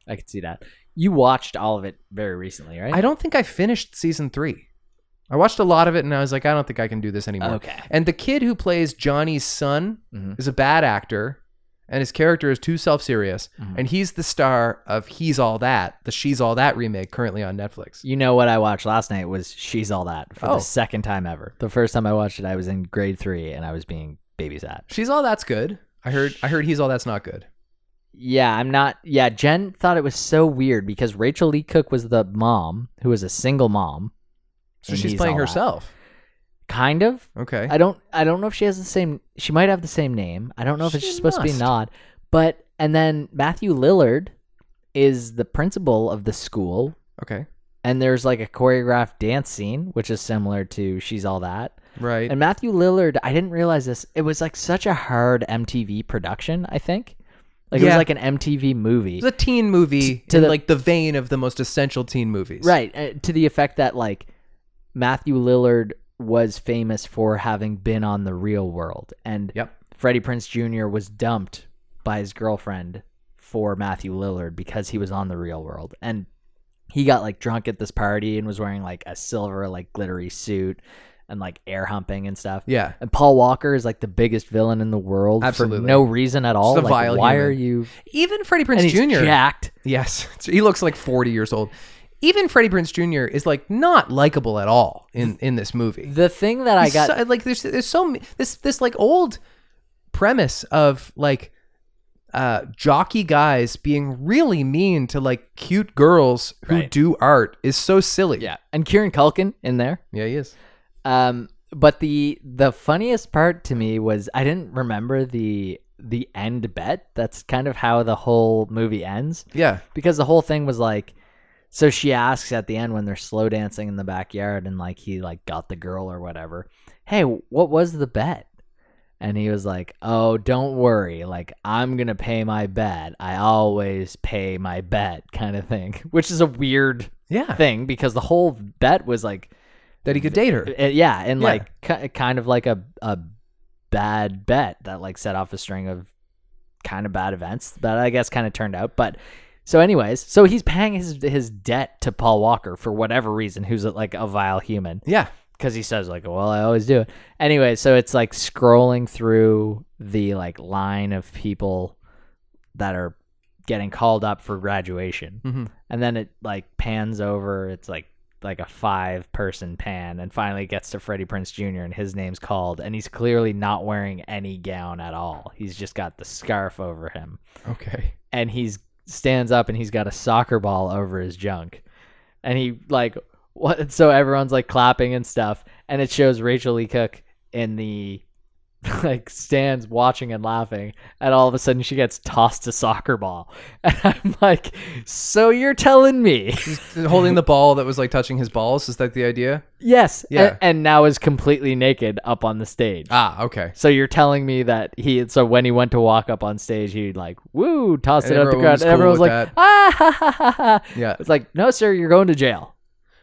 I could see that. You watched all of it very recently, right?
I don't think I finished season three. I watched a lot of it and I was like, I don't think I can do this anymore.
Okay.
And the kid who plays Johnny's son
Mhm.
is a bad actor, and his character is too self serious.
Mm-hmm.
And he's the star of He's All That, the She's All That remake currently on Netflix.
You know what I watched last night was She's All That for
Oh.
the second time ever. The first time I watched it, I was in grade three and I was being babysat.
She's All That's good. I heard. I heard He's All That's not good.
Yeah, I'm not. Yeah, Jen thought it was so weird because Rachel Lee Cook was the mom who was a single mom,
So
And
she's
He's
playing
All That.
herself.
kind of.
Okay.
I don't. I don't know if she has the same. She might have the same name. I don't know if it's
She
just supposed to be
must.
an odd. But and then Matthew Lillard is the principal of the school,
okay.
and there's like a choreographed dance scene which is similar to She's All That.
Right.
And Matthew Lillard, I didn't realize this. It was like such a hard MTV production, I think. Like it was
Yeah.
like an MTV movie.
it's a teen movie
to
in
the-
like the vein of the most essential teen movies.
Right. uh, To the effect that like Matthew Lillard was famous for having been on the real world and
Yep.
Freddie Prince Jr. was dumped by his girlfriend for Matthew Lillard because he was on the real world. And he got like drunk at this party and was wearing like a silver, like glittery suit and like air humping and stuff.
Yeah.
And Paul Walker is like the biggest villain in the world for
Absolutely.
no reason at all.
Just a
Like,
vile
why
human.
are you
Even Freddie Prince
and he's
Jr.
jacked?
Yes, So he looks like 40 years old. Even Freddie Prince Jr. is like not likable at all in in this movie.
The thing that I
He's
got
so- like there's there's so m- this this like old premise of like uh jockey guys being really mean to like cute girls who
Right.
do art is so silly.
yeah, and Kieran Culkin in there.
Yeah, he is.
Um, but the the funniest part to me was I didn't remember the the end bet. That's kind of how the whole movie ends
Yeah.
because the whole thing was like. So she asks at the end when they're slow dancing in the backyard and like he like got the girl or whatever. Hey, what was the bet? And he was like, "Oh, don't worry. Like I'm going to pay my bet. I always pay my bet." kind of thing, which is a weird
Yeah.
thing because the whole bet was like
That he could date her.
uh, yeah, and
Yeah.
like ki- kind of like a a bad bet that like set off a string of kind of bad events that I guess kind of turned out. But so, anyways, so he's paying his his debt to Paul Walker for whatever reason, who's like a vile human
Yeah.
because he says like, "Well, I always do it." Anyway, so it's like scrolling through the like line of people that are getting called up for graduation,
Mhm.
and then it like pans over. It's like like a five person pan, and finally it gets to Freddie Prince Jr. and his name's called, and he's clearly not wearing any gown at all. He's just got the scarf over him,
Okay.
and he's stands up and he's got a soccer ball over his junk and he like what so everyone's like clapping and stuff and it shows rachel lee cook in the like stands watching and laughing and all of a sudden she gets tossed a soccer ball and i'm like so you're telling me
He's holding the ball that was like touching his balls. Is that the idea?
yes a-
Yeah.
and, now is completely naked up on the stage
Ah, okay.
so you're telling me that he so when he went to walk up on stage he like woo tossed
And
it at the
everyone
crowd
was
and
cool
everyone was
with
like
that.
ah ha, ha, ha, ha.
Yeah.
It's like, no, sir, you're going to jail.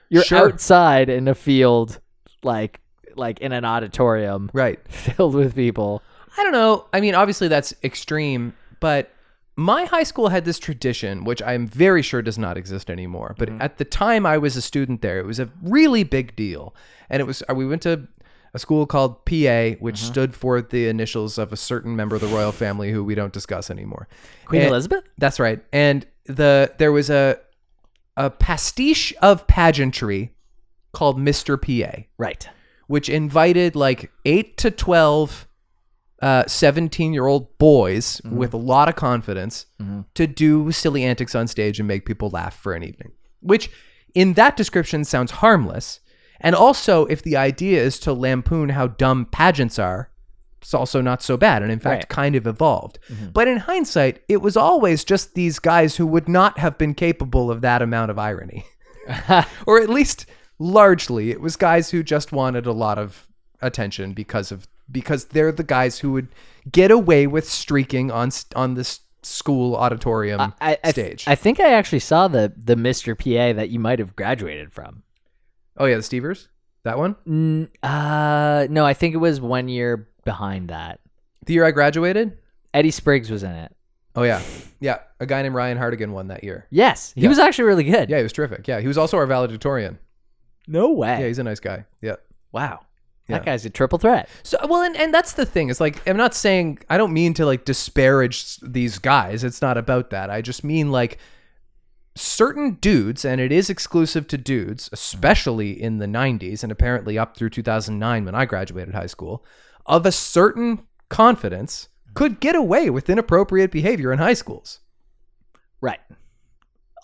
You're
Sure.
outside in a field, like like in an auditorium
Right.
filled with people.
I don't know. I mean, obviously that's extreme, but my high school had this tradition, which I'm very sure does not exist anymore. But at the time I was a student there, it was a really big deal, and it was uh, we went to a school called PA, which stood for the initials of a certain member of the royal family who we don't discuss anymore.
Queen
And-
Elizabeth?
That's right. And the there was a a pastiche of pageantry called Mr. PA
Right.
which invited like 8 to 12 uh, 17 year old boys with a lot of confidence to do silly antics on stage and make people laugh for an evening, which in that description sounds harmless. And also, if the idea is to lampoon how dumb pageants are, it's also not so bad. And in fact,
Right. Mm-hmm.
kind of evolved. But in hindsight, it was always just these guys who would not have been capable of that amount of irony or at least largely it was guys who just wanted a lot of attention because of because they're the guys who would get away with streaking on s- on this school auditorium
I, I,
stage.
I think I actually saw the the Mr. PA that you might have graduated from.
oh yeah, the Stevers. That one.
N- uh, no, I think it was one year behind that.
The year I graduated?
Eddie Spriggs was in it.
Oh yeah. Yeah, a guy named Ryan Hardigan won that year.
Yes, he
Yeah.
was actually really good.
Yeah, he was terrific. Yeah, he was also our valedictorian.
No way.
Yeah, he's a nice guy. Yeah.
wow.
Yeah.
That guy's a triple threat.
So well, and, and that's the thing. It's like I'm not saying I don't mean to like disparage s- these guys. It's not about that. I just mean like certain dudes, and it is exclusive to dudes, especially in the '90s and apparently up through 2009 when I graduated high school, of a certain confidence could get away with inappropriate behavior in high schools.
Right.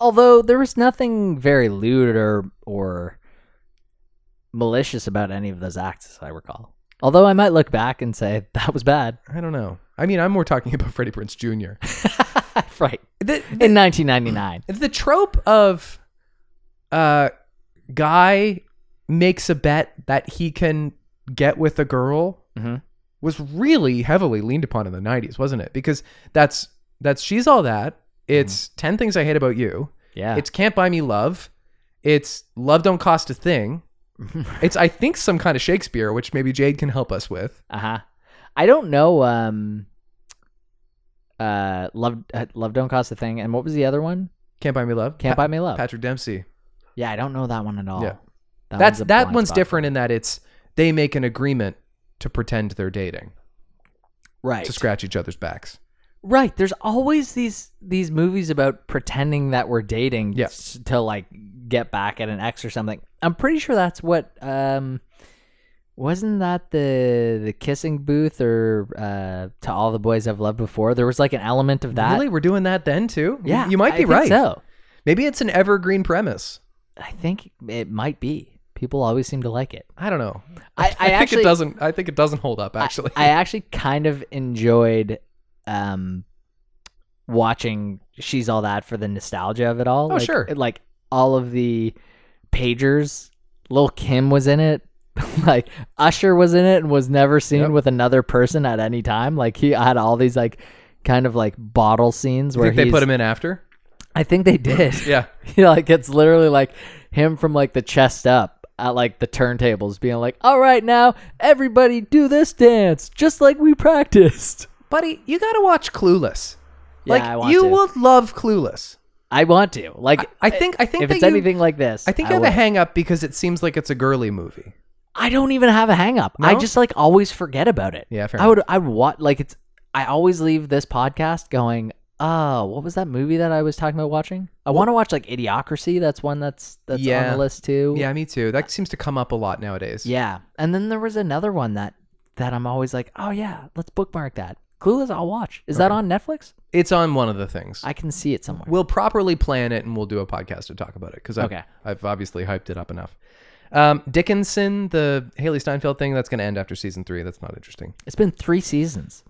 Although there was nothing very lewd or or malicious about any of those acts, as I recall. Although I might look back and say that was bad.
I don't know. I mean, I'm more talking about Freddie Prince Jr.
right.
The-
In 1999.
the trope of uh guy makes a bet that he can get with a girl
Mhm.
was really heavily leaned upon in the 90s wasn't it because that's that's she's all that it's 10 things i hate about you
Mm-hmm. Yeah.
it's can't buy me love it's love don't cost a thing it's i think some kind of shakespeare which maybe jade can help us with
Uh huh. I don't know. Um. Uh, love, uh, love don't cost a thing. And what was the other one?
can't buy me love
Can't buy me love.
patrick dempsey
yeah, I don't know that one at all.
Yeah.
That
that's
a
that
blind
one's
spot.
different in that it's they make an agreement to pretend they're dating
Right.
to scratch each other's backs.
Right. There's always these these movies about pretending that we're dating
Yeah.
s- to like get back at an ex or something. I'm pretty sure that's what um wasn't that the the kissing booth or uh to all the boys I've loved before? There was like an element of that.
really, we're doing that then too. You-
Yeah.
you might
I
be
think
right.
So
Maybe it's an evergreen premise.
I think it might be. People always seem to like it.
I don't know.
I, I,
think
actually
it doesn't. I think it doesn't hold up.
I-
Actually,
I, actually kind of enjoyed um watching She's All That for the nostalgia of it all.
Oh,
like,
sure.
it- like all of the pagers. Lil Kim was in it. like Usher was in it and was never seen
Yep.
with another person at any time. Like he had all these like kind of like bottle scenes
You
where
think they
he's-
put him in after.
I think they did.
Yeah.
He like it's literally like him from like the chest up at like the turntables being like, "All right now, everybody do this dance just like we practiced."
Buddy, you gotta watch Clueless.
Yeah,
like
I want
you
to.
will love Clueless.
I want to. Like
I think. I think
if
that
it's
you-
anything like this,
I think
I,
you have
will.
a hang up because it seems like it's a girly movie.
I don't even have a hang up. I
No?
just like always forget about it.
Yeah, fair
I would I would watch like it's I always leave this podcast going, "Oh, what was that movie that I was talking about watching?" I want to watch like Idiocracy. That's one that's that's on
Yeah.
the list too.
Yeah, me too. That seems to come up a lot nowadays.
Yeah. And then there was another one that that I'm always like, oh yeah, let's bookmark that. Clueless, I'll watch. Is that on Netflix?
It's on one of the things.
I can see it somewhere.
We'll properly plan it and we'll do a podcast to talk about it because I've,
Okay.
I've obviously hyped it up enough. Um, Dickinson, the Haley Steinfeld thing, that's going to end after season three. That's not interesting.
It's been three seasons.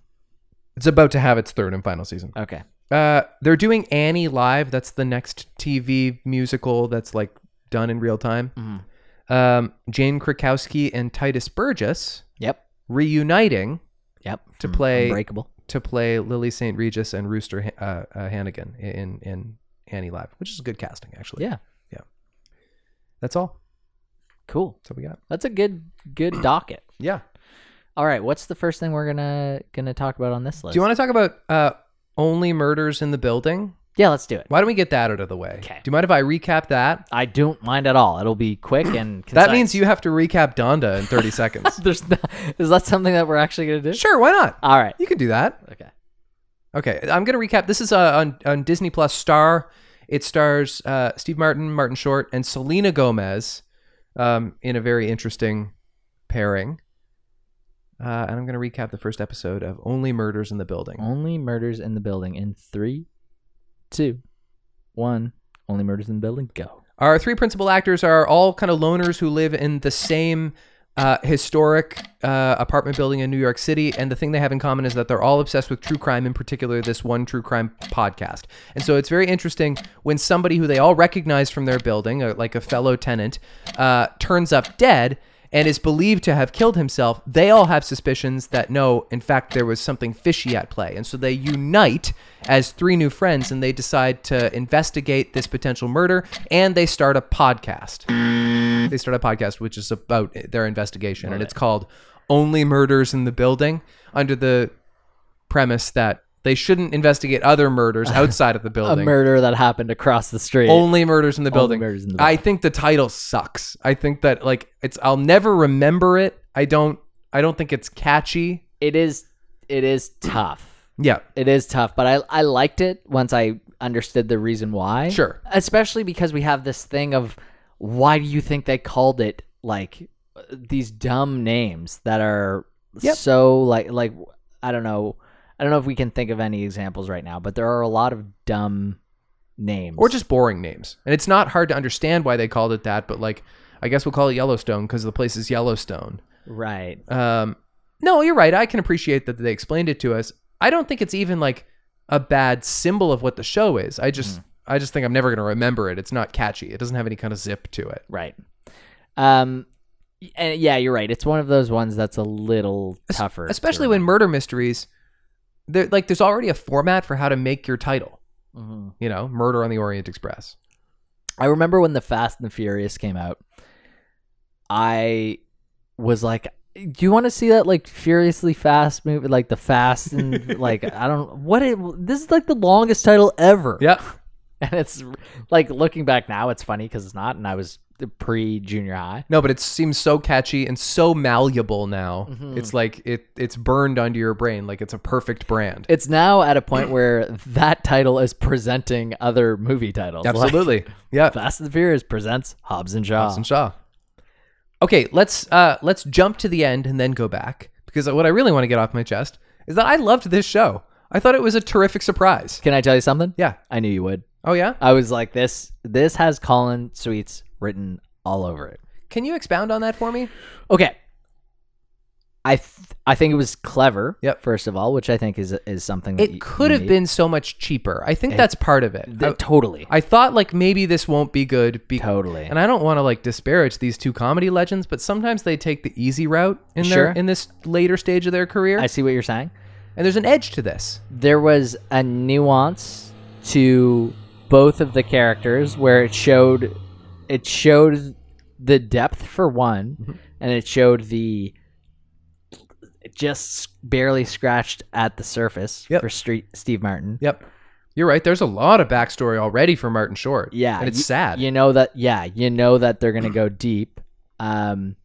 It's about to have its third and final season.
Okay.
Uh, they're doing Annie Live. That's the next TV musical that's like done in real time.
Mm-hmm.
Um, Jane Krakowski and Titus Burgess
Yep.
reuniting
Yep.
To
From
play-
Unbreakable.
to play Lily St. Regis and Rooster Ha- uh, uh, Hannigan in, in Annie Live, which is good casting, actually.
Yeah.
That's all.
Cool.
That's what we got.
That's a good good docket.
Yeah.
All right. What's the first thing we're gonna gonna talk about on this list?
Do you want to talk about uh, only murders in the building?
Yeah, let's do it.
Why don't we get that out of the way?
Okay.
Do you mind if I recap that?
I don't mind at all. It'll be quick and concise.
That means you have to recap Donda in 30 seconds.
there's not, is that something that we're actually gonna do?
Sure, why not?
All right.
You can do that.
Okay.
Okay, I'm gonna recap. This is uh, on on Disney Plus Star. It stars uh, Steve Martin, Martin Short, and Selena Gomez um, in a very interesting pairing. Uh, and I'm gonna recap the first episode of Only Murders in the Building.
Only murders in the building in three, two, one. Only murders in the building. Go.
Our three principal actors are all kind of loners who live in the same uh, historic uh, apartment building in New York City. And the thing they have in common is that they're all obsessed with true crime, in particular, this one true crime podcast. And so it's very interesting when somebody who they all recognize from their building, uh, like a fellow tenant, uh, turns up dead and is believed to have killed himself, they all have suspicions that no, in fact, there was something fishy at play. And so they unite as three new friends and they decide to investigate this potential murder and they start a podcast. They start a podcast which is about their investigation and it's called Only Murders in the Building under the premise that they shouldn't investigate other murders outside of the
A
building.
murder that happened across the street.
Only murders in the building.
Murders in the
I think the title sucks. I think that like it's I'll never remember it. I don't I don't think it's catchy.
it is. It is tough.
Yeah.
It is tough, but I I liked it once I understood the reason why.
Sure.
Especially because we have this thing of why do you think they called it like these dumb names that are
Yep.
so like like I don't know. I don't know if we can think of any examples right now, but there are a lot of dumb names.
Or just boring names. And it's not hard to understand why they called it that, but like I guess we'll call it Yellowstone because the place is Yellowstone.
right.
Um no, you're right. I can appreciate that they explained it to us. I don't think it's even like a bad symbol of what the show is. I
Hmm.
just I just think I'm never going to remember it. It's not catchy. It doesn't have any kind of zip to it.
Right. Um y- and yeah, you're right. It's one of those ones that's a little
Es-
tougher. to
especially when murder mysteries there like there's already a format for how to make your title
remember. Mhm.
you know murder on the orient express
I remember when the Fast and the Furious came out. I was like, "Do you want to see that like furiously fast movie, like the Fast and like I don't what it, this is like the longest title ever."
yeah
and it's like looking back now, it's funny because it's not, and I was pre junior high.
no but it seems so catchy and so malleable now
Mhm.
it's like it it's burned onto your brain like it's a perfect brand
It's now at a point where that title is presenting other movie titles. Like,
absolutely yeah
Fast and the Furious presents Hobbs and Shaw.
Hobbs and Shaw. Okay, let's uh, let's jump to the end and then go back because what I really want to get off my chest is that I loved this show. I thought it was a terrific surprise.
Can I tell you something?
Yeah.
I knew you would.
Oh yeah.
I was like, this this has Colin Sweets written all over it.
Can you expound on that for me?
Okay. I th- I think it was clever.
Yep.
First of all, which I think is is something that
It could have been so much cheaper. I think
It-
that's part of it. I,
totally
I thought like maybe this won't be good because
totally.
and I don't want to like disparage these two comedy legends, but sometimes they take the easy route in
Sure.
their in this later stage of their career.
I see what you're saying.
and there's an edge to this.
There was a nuance to both of the characters where it showed it showed the depth for one,
Mm-hmm.
and it showed the just barely scratched at the surface
Yep.
for Street Steve Martin.
Yep. You're right. There's a lot of backstory already for Martin Short.
Yeah,
And it's
you-
sad.
You know that. Yeah, you know that they're gonna go deep. Um,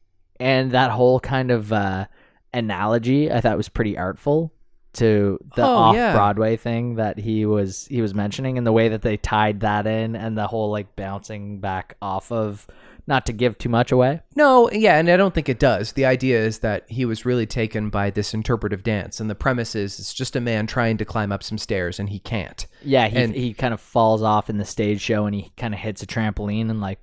and that whole kind of uh, analogy, I thought was pretty artful to the
Oh,
off
yeah.
Broadway thing that he was he was mentioning, and the way that they tied that in, and the whole like bouncing back off of. Not to give too much away.
No, yeah, and I don't think it does. The idea is that he was really taken by this interpretive dance, and the premise is it's just a man trying to climb up some stairs and he can't.
Yeah, he
And-
he kind of falls off in the stage show, and he kind of hits a trampoline and like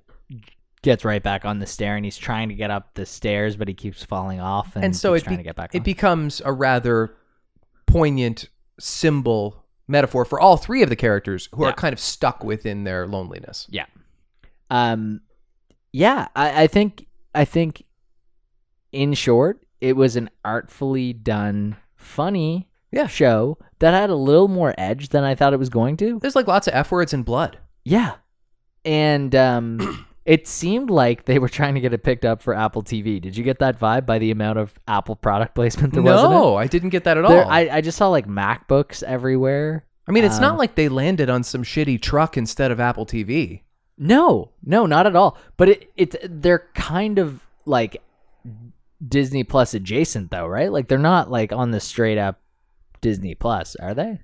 gets right back on the stair, and he's trying to get up the stairs, but he keeps falling off, and,
and so
keeps
it,
trying
be-
to get back.
it
on.
becomes a rather poignant symbol metaphor for all three of the characters who
Yeah.
are kind of stuck within their loneliness
Yeah. Um yeah, I, I think I think in short, it was an artfully done funny
Yeah.
show that had a little more edge than I thought it was going to.
there's like lots of f words and blood
Yeah. And um it seemed like they were trying to get it picked up for Apple TV. Did you get that vibe by the amount of Apple product placement there was in it?
no i didn't get that at
There- uh,
all
I, I just saw like MacBooks everywhere.
I mean, it's not like they landed on some shitty truck instead of Apple TV.
No, no, not at all. But it, it's they're kind of like Disney Plus adjacent, though, right? Like they're not like on the straight up Disney Plus, are they?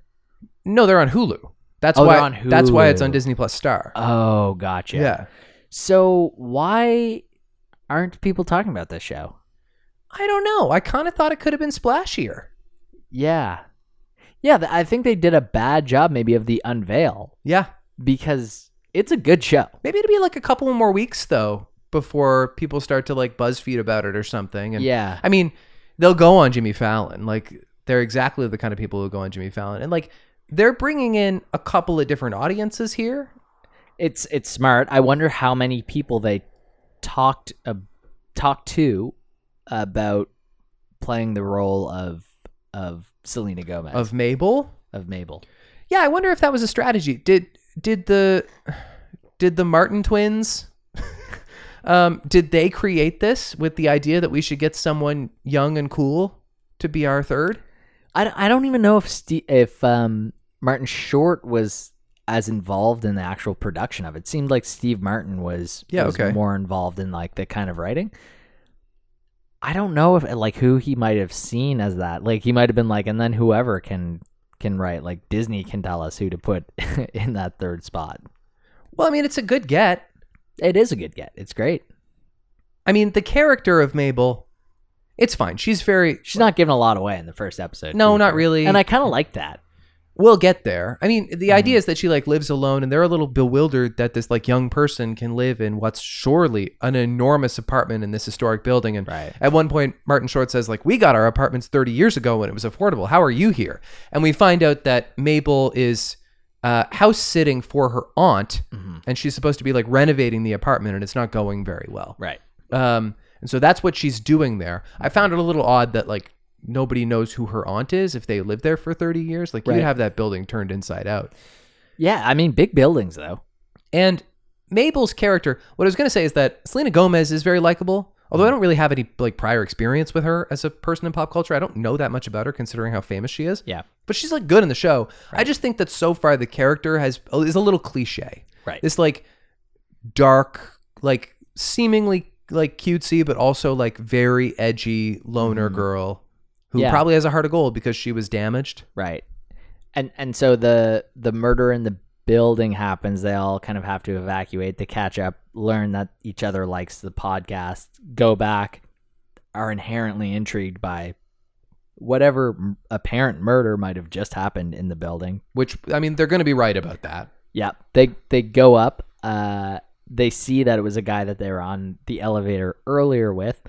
No, they're on Hulu. That's
Oh,
why
they're on
that's why it's on
Hulu.
Disney Plus Star.
Oh, gotcha.
yeah.
So why aren't people talking about this show?
I don't know. I kind of thought it could have been splashier.
Yeah, yeah. th- I think they did a bad job, maybe, of the unveil
Yeah.
because it's a good show.
Maybe it'll be like a couple more weeks though before people start to like BuzzFeed about it or something. And
Yeah.
I mean, they'll go on Jimmy Fallon. Like they're exactly the kind of people who go on Jimmy Fallon. And like they're bringing in a couple of different audiences here.
It's it's smart. I wonder how many people they talked uh, talked to about playing the role of of Selena Gomez
Of Mabel.
of Mabel.
Yeah, I wonder if that was a strategy. Did did the did the Martin twins um did they create this with the idea that we should get someone young and cool to be our third?
I, d- I don't even know if Ste if um, Martin Short was as involved in the actual production of it. it seemed like Steve Martin was
Yeah,
was
okay.
more involved in like the kind of writing. I don't know if like who he might have seen as that. Like he might have been like, and then whoever can can write like Disney can tell us who to put in that third spot.
Well, I mean, it's a good get.
It is a good get. It's great.
I mean, the character of Mabel, it's fine. She's very
She's not giving a lot away in the first episode.
No,
to be
not
fair.
really.
And I kind of like that.
we'll get there. I mean, the idea is that she like lives alone and they're a little bewildered that this like young person can live in what's surely an enormous apartment in this historic building and
Right.
at one point Martin Short says like we got our apartments 30 years ago when it was affordable. How are you here? And we find out that Mabel is uh, house sitting for her aunt and she's supposed to be like renovating the apartment and it's not going very well.
Right.
Um, and so that's what she's doing there. I found it a little odd that like nobody knows who her aunt is if they lived there for 30 years. Like
Right.
you'd have that building turned inside out.
Yeah. I mean, big buildings though.
And Mabel's character, what I was going to say is that Selena Gomez is very likable. Although I don't really have any like prior experience with her as a person in pop culture, I don't know that much about her considering how famous she is.
Yeah.
But she's like good in the show. I just think that so far the character has oh, is a little cliche.
Right.
This like dark, like seemingly like cutesy, but also like very edgy loner girl who
Mm-hmm. Yeah.
probably has a heart of gold because she was damaged.
Right. And and so the the murder in the building happens. They all kind of have to evacuate. They catch up, learn that each other likes the podcast, go back, are inherently intrigued by whatever m- apparent murder might have just happened in the building.
Which I mean, they're going to be right about that.
Yeah. They they go up. Uh they see that it was a guy that they were on the elevator earlier with.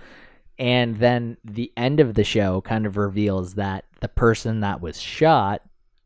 And then the end of the show kind of reveals that the person that was shot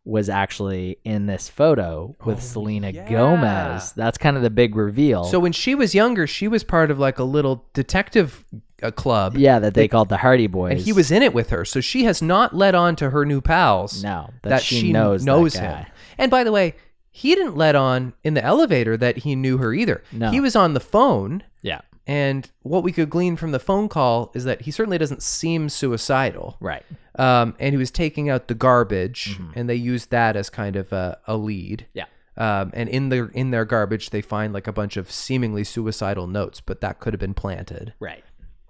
was actually in this photo with
Oh,
Selena
yeah.
Gomez. That's kind of the big reveal.
So when she was younger, she was part of like a little detective uh, club.
yeah, that they, called the Hardy Boys.
And he was in it with her. So she has not let on to her new pals.
no that,
That,
she, knows that
him.
guy.
And by the way, he didn't let on in the elevator that he knew her either.
No.
He was on the phone.
Yeah,
And what we could glean from the phone call is that he certainly doesn't seem suicidal.
right.
Um, and he was taking out the garbage, and they used that as kind of a, a lead.
Yeah.
Um, and in their in their garbage, they find like a bunch of seemingly suicidal notes, but that could have been planted.
Right.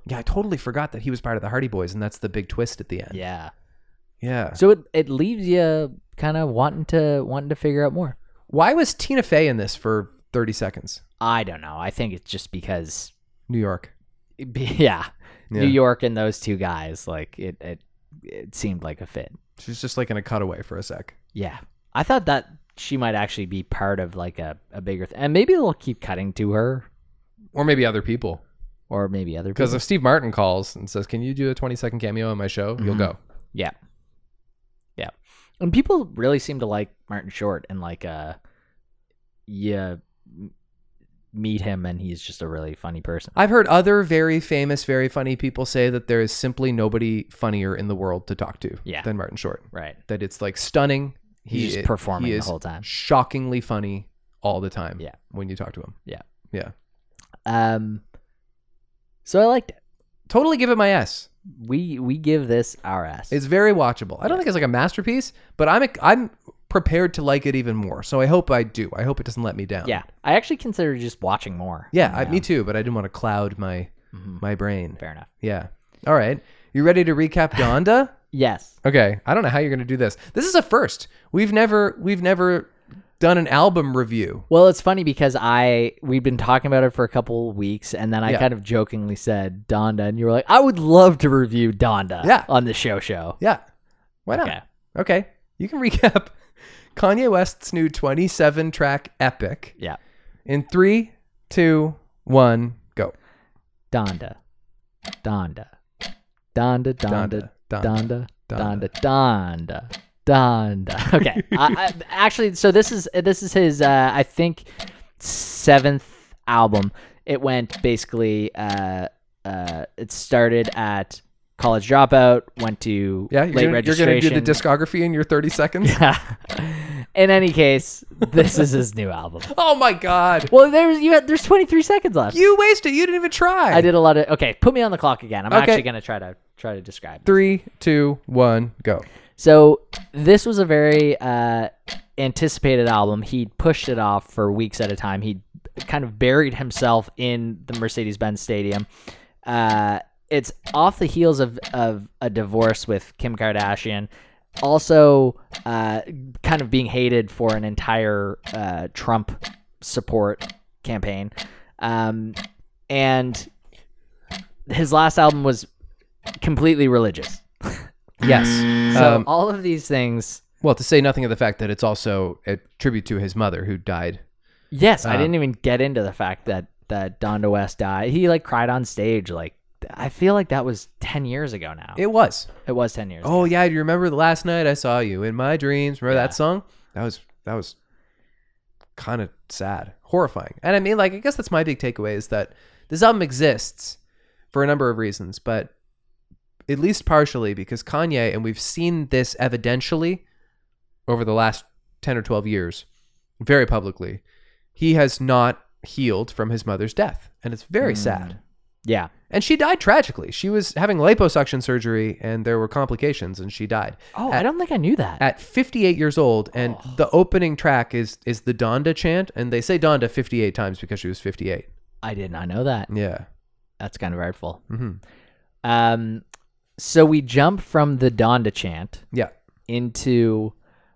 Yeah, I totally forgot that he was part of the Hardy Boys, and that's the big twist at the end.
Yeah.
Yeah.
So it, it leaves you kind of wanting to wanting to figure out more.
Why was Tina Fey in this for thirty seconds?
I don't know. I think it's just because
New York.
it'd be- yeah,
Yeah.
New York and those two guys like it it it seemed like a fit.
She's just like in a cutaway for a sec.
Yeah. I thought that she might actually be part of like a, a bigger thing. And maybe they'll keep cutting to her
Or maybe other people.
or maybe other
Because
people.
if Steve Martin calls and says, Can you do a 20 second cameo on my show? You'll
Mhm.
go.
yeah. Yeah. And people really seem to like Martin Short and like uh you m- meet him and he's just a really funny person.
I've heard other very famous, very funny people say that there is simply nobody funnier in the world to talk to
Yeah.
than Martin Short.
Right.
That it's like stunning.
He's just
i-
performing
he
the
is
whole time.
Shockingly funny all the time.
Yeah.
When you talk to him.
Yeah.
Yeah.
Um so I liked it.
Totally give it my S.
We we give this our S.
It's very watchable. I don't think it's like a masterpiece, but I'm I'm prepared to like it even more. So I hope I do. I hope it doesn't let me down.
Yeah, I actually consider just watching more.
Yeah, I, me too, but I didn't want to cloud my
Mm-hmm.
my brain.
Fair enough.
Yeah. All right. You ready to recap Donda?
Yes.
okay. I don't know how you're going to do this. This is a first. We've never we've never done an album review.
Well, it's funny because I we've been talking about it for a couple weeks, and then I
Yeah.
kind of jokingly said Donda, and you were like, "I would love to review Donda."
Yeah.
On the show show.
Yeah. Why not?
Okay.
Okay. You can recap Kanye West's new 27 track epic
Yeah.
in three, two, one, go.
Donda. Donda. Donda. Donda.
Donda,
Donda. Donda. Donda. Donda. Okay. I, I, actually, so this is this is his uh, I think seventh album. It went basically. Uh, uh, it started at college dropout. Went to
Yeah. You're
late
gonna- you're
registration.
going to do the discography in your 30 seconds?
In any case, this is his new album.
Oh my God.
Well, there's you. Had, there's 23 seconds left.
You wasted. You didn't even try.
I did a lot of. Okay, put me on the clock again. I'm
Okay.
actually gonna try to try to describe. this.
Three, two, one, go.
So this was a very uh, anticipated album. He pushed it off for weeks at a time. He kind of buried himself in the Mercedes-Benz Stadium. Uh, it's off the heels of of a divorce with Kim Kardashian. Also, uh, kind of being hated for an entire uh, Trump support campaign, um, and his last album was completely religious.
Yes.
So
Um,
all of these things.
well, to say nothing of the fact that it's also a tribute to his mother who died.
Yes, I
um,
didn't even get into the fact that that Donda West died. He like cried on stage. Like I feel like that was ten years ago now. It,
It was.
was ten years. ago.
Oh yeah, do you remember the last night I saw you in my dreams? Remember that song? That was that was kind of sad, horrifying. And I mean, like, I guess that's my big takeaway is that this album exists for a number of reasons, but at least partially because Kanye, and we've seen this evidentially over the last ten or twelve years, very publicly, he has not healed from his mother's death, and it's very sad.
yeah.
And she died tragically. She was having liposuction surgery and there were complications and she died.
Oh,
at,
I don't think I knew that.
at 58 years old and the opening track is is the Donda chant and they say Donda 58 times because she was 58.
I did not know that.
Yeah.
That's kind of artful.
hmm
Um, so we jump from the Donda chant
Yeah.
into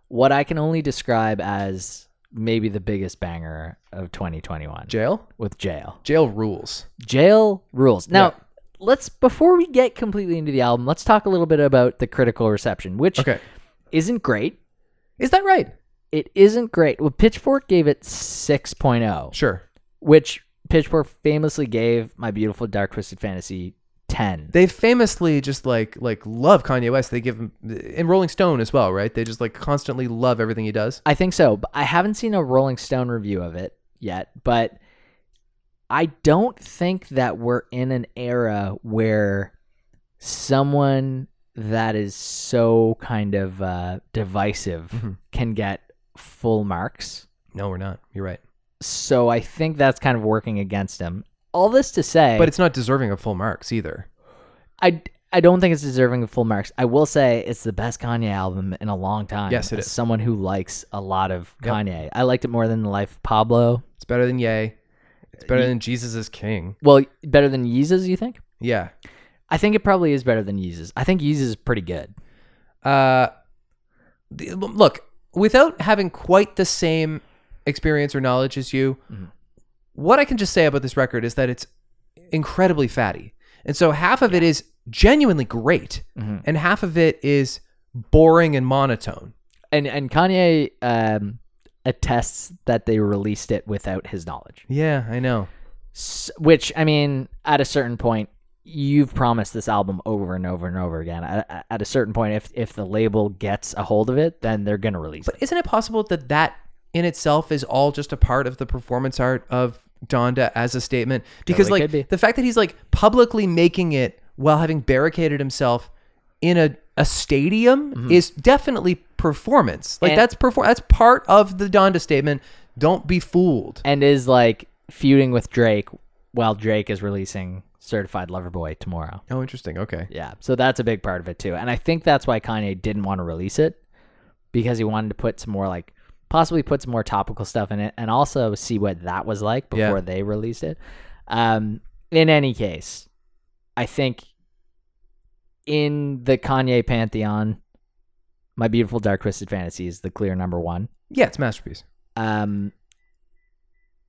what I can only describe as maybe the biggest banger of 2021
Jail?
with Jail.
Jail rules.
Jail rules. Now,
Yeah.
let's before we get completely into the album, let's talk a little bit about the critical reception, which
Okay.
isn't great.
Is that right?
It isn't great. Well, Pitchfork gave it 6.0,
Sure.
which Pitchfork famously gave My Beautiful Dark Twisted Fantasy 10.
They famously just like like love Kanye West. They give him and Rolling Stone as well, right? They just like constantly love everything he does.
I think so, but I haven't seen a Rolling Stone review of it yet, but I don't think that we're in an era where someone that is so kind of uh, divisive
Mhm.
can get full marks.
No, we're not. You're right.
So I think that's kind of working against him. All this to say,
But it's not deserving of full marks either.
I I don't think it's deserving of full marks. I will say it's the best Kanye album in a long time.
Yes, it
As
is.
Someone who likes a lot of
Yep.
Kanye. I liked it more than the Life of Pablo.
It's better than Yay. It's better than Jesus is King.
Well, better than Yeezus, you think?
Yeah.
I think it probably is better than Yeezus. I think Yeezus is pretty good.
Uh, the- look, without having quite the same experience or knowledge as you, what I can just say about this record is that it's incredibly fatty. And so half of it is genuinely great, and half of it is boring and monotone.
And and Kanye um, attests that they released it without his knowledge.
Yeah, I know.
S- which I mean, at a certain point, you've promised this album over and over and over again. At, at a certain point, if if the label gets a hold of it, then they're gonna release it.
But isn't it possible that that in itself is all just a part of the performance art of Donda as a statement? Because
Totally
like
could be.
the fact that he's like publicly making it while having barricaded himself in a a stadium is definitely performance. Like
Mm-hmm. And-
that's perform that's part of the Donda statement. Don't be fooled.
And is like feuding with Drake while Drake is releasing Certified Lover Boy tomorrow.
oh, interesting. Okay.
Yeah. So that's a big part of it too. And I think that's why Kanye didn't want to release it because he wanted to put some more like possibly put some more topical stuff in it and also see what that was like
Yeah.
before they released it. Um, in any case, I think in the Kanye pantheon, my beautiful dark twisted fantasy is the clear number one.
Yeah, it's masterpiece.
Um,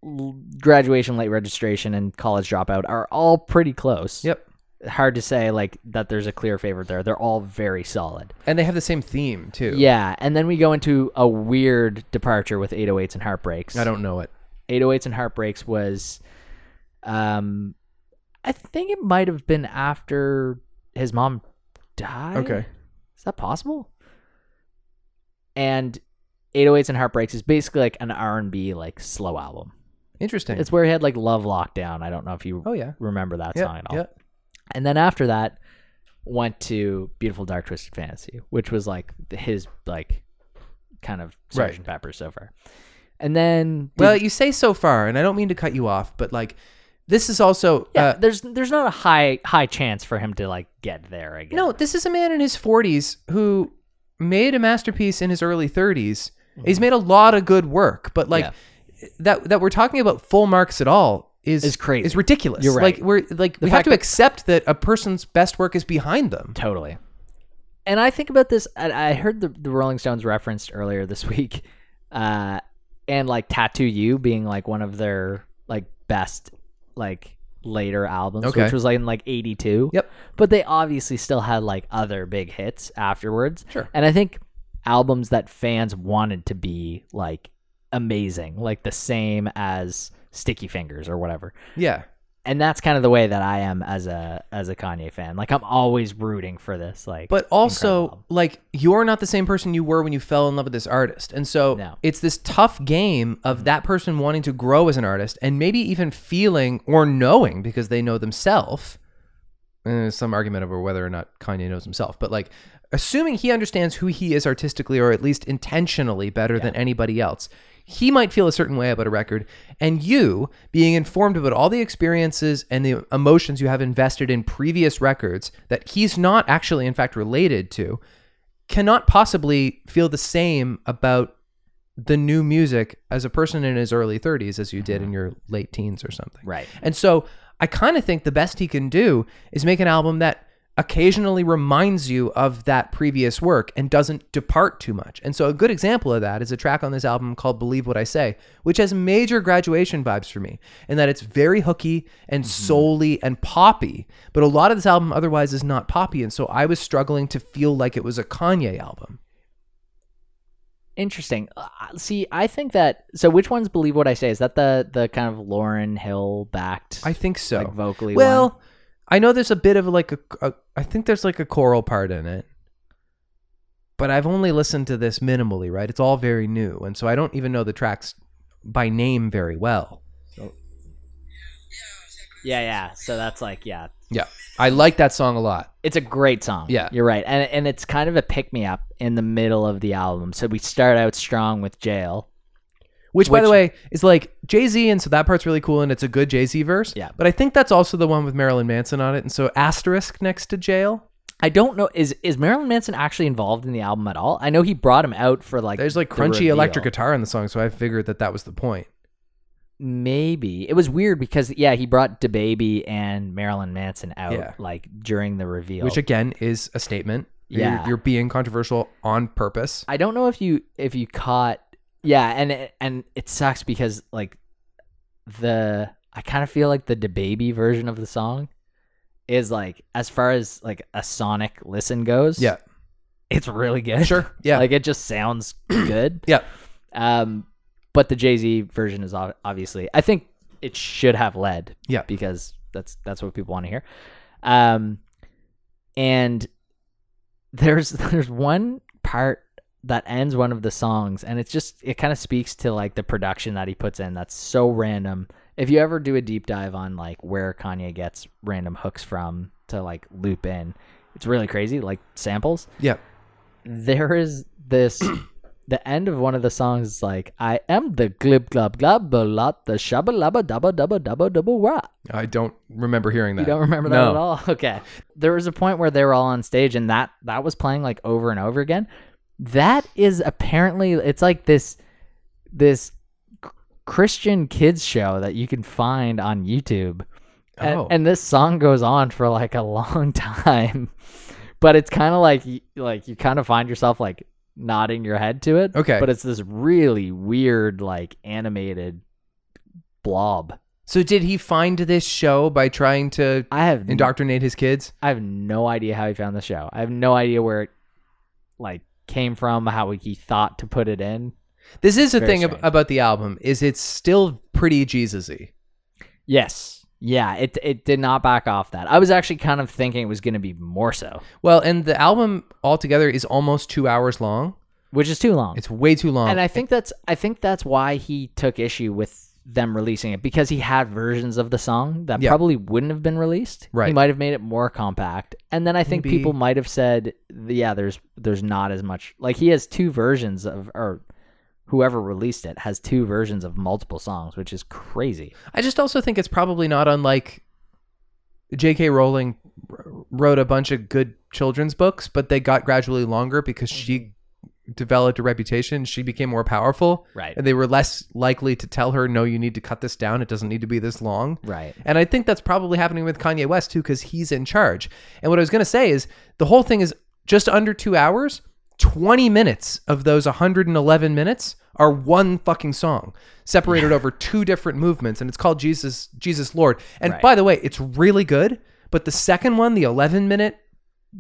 l- graduation, late registration, and college dropout are all pretty close.
Yep.
Hard to say like that. There's a clear favorite there. They're all very solid.
And they have the same theme too.
Yeah, and then we go into a weird departure with 808s and heartbreaks.
I don't know it.
808s and heartbreaks was, um, I think it might have been after his mom died.
Okay.
is that possible? And 808s and heartbreaks is basically like an R and B like slow album.
Interesting.
It's where he had like Love Lockdown. I don't know if you
oh yeah.
remember that
yeah,
song at all.
yeah.
And then after that, went to Beautiful Dark Twisted Fantasy, which was like his like kind of
Right.
Sgt. Pepper so far. And then
Well,
did-
you say so far, and I don't mean to cut you off, but like this is also
yeah,
uh,
there's there's not a high high chance for him to like get there again.
no. This is a man in his forties who made a masterpiece in his early 30s
Mm-hmm.
He's made a lot of good work, but like that that we're talking about full marks at all is
Is crazy.
Is ridiculous.
You're right.
Like we're like we
fact
have to
that-
accept that a person's best work is behind them.
Totally. And I think about this. I, I heard the, the Rolling Stones referenced earlier this week, uh, and like "Tattoo You" being like one of their like best like later albums,
Okay.
which was like in like '82.
Yep.
But they obviously still had like other big hits afterwards.
Sure.
And I think albums that fans wanted to be like amazing, like the same as Sticky Fingers or whatever
Yeah.
and that's kind of the way that I am as a as a Kanye fan. Like I'm always rooting for this. Like,
But also,
incredible.
like, you're not the same person you were when you fell in love with this artist. And so
No.
it's this tough game of that person wanting to grow as an artist and maybe even feeling or knowing because they know themselves. And there's some argument over whether or not Kanye knows himself, but like, assuming he understands who he is artistically or at least intentionally better than anybody else. He might feel a certain way about a record, and you being informed about all the experiences and the emotions you have invested in previous records that he's not actually, in fact, related to, cannot possibly feel the same about the new music as a person in his early 30s as you did in your late teens or something.
Right.
And so I kind of think the best he can do is make an album that occasionally reminds you of that previous work and doesn't depart too much. And so a good example of that is a track on this album called Believe What I Say, which has major graduation vibes for me in that it's very hooky and soul-y and poppy, but a lot of this album otherwise is not poppy and so I was struggling to feel like it was a Kanye album.
interesting. Uh, see, I think that. So, which ones believe what I say? Is that the the kind of Lauren Hill backed?
I think so.
Like vocally.
well,
one?
I know there's a bit of like a, a I think there's like a choral part in it. But I've only listened to this minimally, right? It's all very new, and so I don't even know the tracks by name very well.
yeah, yeah. So that's like, yeah,
Yeah. I like that song a lot.
it's a great song.
Yeah.
you're right, and and it's kind of a pick me up in the middle of the album. So we start out strong with Jail.
Which, by the
Which-
way, is like Jay Z, and so that part's really cool, and it's a good Jay Z verse.
Yeah.
But I think that's also the one with Marilyn Manson on it, and so asterisk next to jail.
I don't know is is Marilyn Manson actually involved in the album at all? I know he brought him out for like
There's like
the
crunchy electric
reveal.
guitar in the song, so I figured that that was the point.
maybe it was weird because yeah he brought DeBaby and Marilyn Manson out
Yeah.
like during the reveal
Which again is a statement. You're-
Yeah.
you're being controversial on purpose.
I don't know if you if you caught yeah and it- and it sucks because like the I kind of feel like the DeBaby version of the song is like as far as like a sonic listen goes
Yeah.
it's really good
Sure. Yeah.
like it just sounds good
yeah.
Um, but the Jay Z version is ob- obviously. I think it should have led.
Yeah.
Because that's that's what people want to hear. Um, and there's there's one part that ends one of the songs, and it's just it kind of speaks to like the production that he puts in. That's so random. If you ever do a deep dive on like where Kanye gets random hooks from to like loop in, it's really crazy. Like samples
Yeah.
there is this the end of one of the songs is like I am the glib glub glub lot the shabba labba dabba dabba dabba dabba wah.
I don't remember hearing that.
You don't remember that
No.
at all? Okay. There was a point where they were all on stage and that that was playing like over and over again. that is apparently it's like this this c- Christian kids show that you can find on YouTube. And,
Oh.
and this song goes on for like a long time. But it's kind of like y- like you kind of find yourself like nodding your head to it.
Okay.
But it's this really weird like animated blob.
So did he find this show by trying to
I have n-
indoctrinate his kids?
I have no idea how he found the show. I have no idea where it like came from, how he thought to put it in.
This is the
Very
thing ab-
strange.
about the album is it's still pretty Jesusy.
Yes. Yeah, it it did not back off that. I was actually kind of thinking it was going to be more so,
Well, and the album altogether is almost two hours long.
which is too long.
It's way too long.
and I think that's I think that's why he took issue with them releasing it because he had versions of the song that
Yeah.
probably wouldn't have been released. He
Right.
might have made it more compact. And then I think
Maybe.
people might have said, yeah, there's there's not as much like he has two versions of or whoever released it has two versions of multiple songs, which is crazy.
I just also think it's probably not unlike J.K. Rowling r- wrote a bunch of good children's books, but they got gradually longer because she developed a reputation. She became more powerful.
Mm-hmm. Right.
And they were less likely to tell her, no, you need to cut this down. It doesn't need to be this long.
Right.
And I think that's probably happening with Kanye West too, because he's in charge. And what I was going to say is the whole thing is just under two hours. 20 minutes of those 111 minutes are one fucking song separated over two different movements and it's called jesus jesus lord and
Right.
by the way it's really good but the second one the 11 minute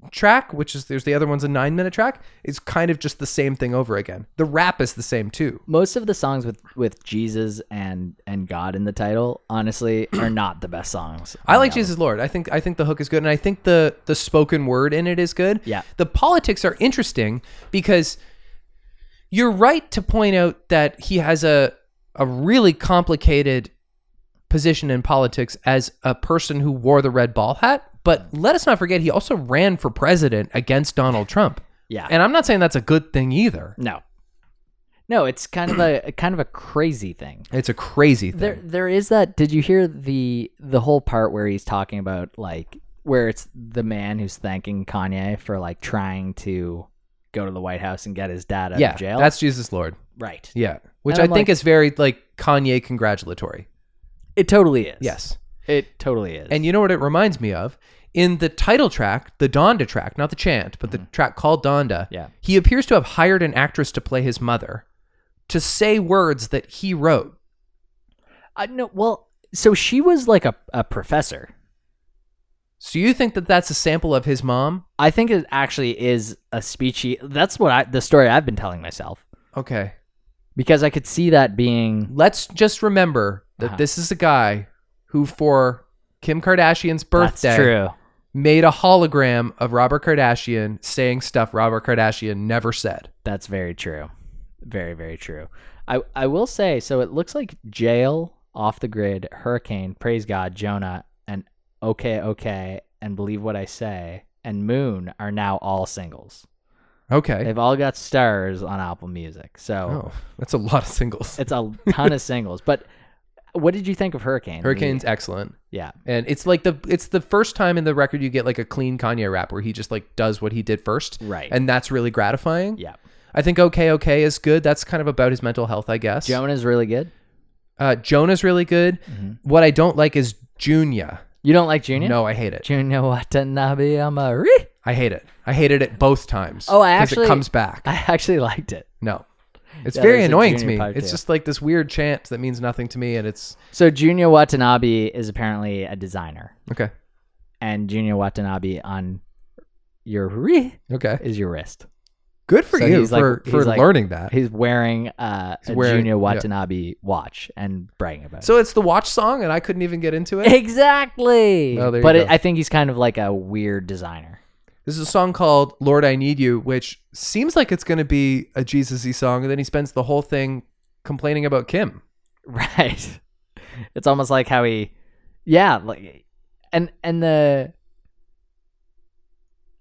track which is there's the other one's a nine minute track is kind of just the same thing over again the rap is the same too
most of the songs with with Jesus and and God in the title, honestly, are not the best songs.
I like Jesus Lord. I think I think the hook is good, and I think the the spoken word in it is good.
Yeah.
the politics are interesting because you're right to point out that he has a a really complicated position in politics as a person who wore the red ball hat. But let us not forget he also ran for president against Donald Trump,
Yeah.
and I'm not saying that's a good thing either.
no. No, it's kind of a kind of a crazy thing.
It's a crazy thing.
There there is that did you hear the the whole part where he's talking about like where it's the man who's thanking Kanye for like trying to go to the White House and get his dad out
yeah,
of jail?
that's Jesus Lord.
right.
Yeah, which
And
I
I'm
think
like-
is very like Kanye congratulatory.
It totally is.
Yes.
It totally is.
And you know what it reminds me of? In the title track, the Donda track, not the chant, but the track called Donda,
Mm-hmm. Yeah.
he appears to have hired an actress to play his mother to say words that he wrote.
I no well so she was like a, a professor.
So you think that that's a sample of his mom?
I think it actually is a speechy. That's what I the story I've been telling myself
Okay.
because I could see that being
Let's just remember that
Uh-huh.
this is a guy who, for Kim Kardashian's birthday,
That's true.
made a hologram of Robert Kardashian saying stuff Robert Kardashian never said.
That's very true. Very very true. I I will say so. It looks like jail, off the grid, hurricane, praise God, Jonah, and okay okay, and believe what I say, and Moon are now all singles.
Okay.
They've all got stars on Apple Music. So
Oh, that's a lot of singles.
it's a ton of singles. But what did you think of Hurricane?
Hurricane's excellent.
Yeah.
and it's like the it's the first time in the record you get like a clean Kanye rap where he just like does what he did first,
Right.
and that's really gratifying.
Yeah.
I think okay, okay is good. That's kind of about his mental health, I guess.
Jonah's really good.
uh, Jonah's really good.
Mm-hmm.
What I don't like is Junya.
You don't like Junior?
No, I hate it.
Junior Watanabe Amari.
I hate it. I hated it both times.
Oh, I
'cause
actually-
it comes back.
I actually liked it.
No, it's
Yeah,
very
there's a
annoying to
Junior
me.
part
It's
too.
just like this weird chant that means nothing to me, and it's
So Junior Watanabe is apparently a designer,
okay,
and Junior Watanabe on your ri
okay,
is your wrist.
good for
So
you
he's like-
for
he's
for
like-
learning that.
He's wearing uh, a
wearing- yeah.
Junior Watanabe watch and bragging about it.
So it's the watch song, and I couldn't even get into it.
exactly.
Oh, there you
but it,
go.
I think he's kind of like a weird designer.
This is a song called Lord I Need You, which seems like it's going to be a Jesus y song. And then he spends the whole thing complaining about Kim.
Right. It's almost like how he Yeah, like and and the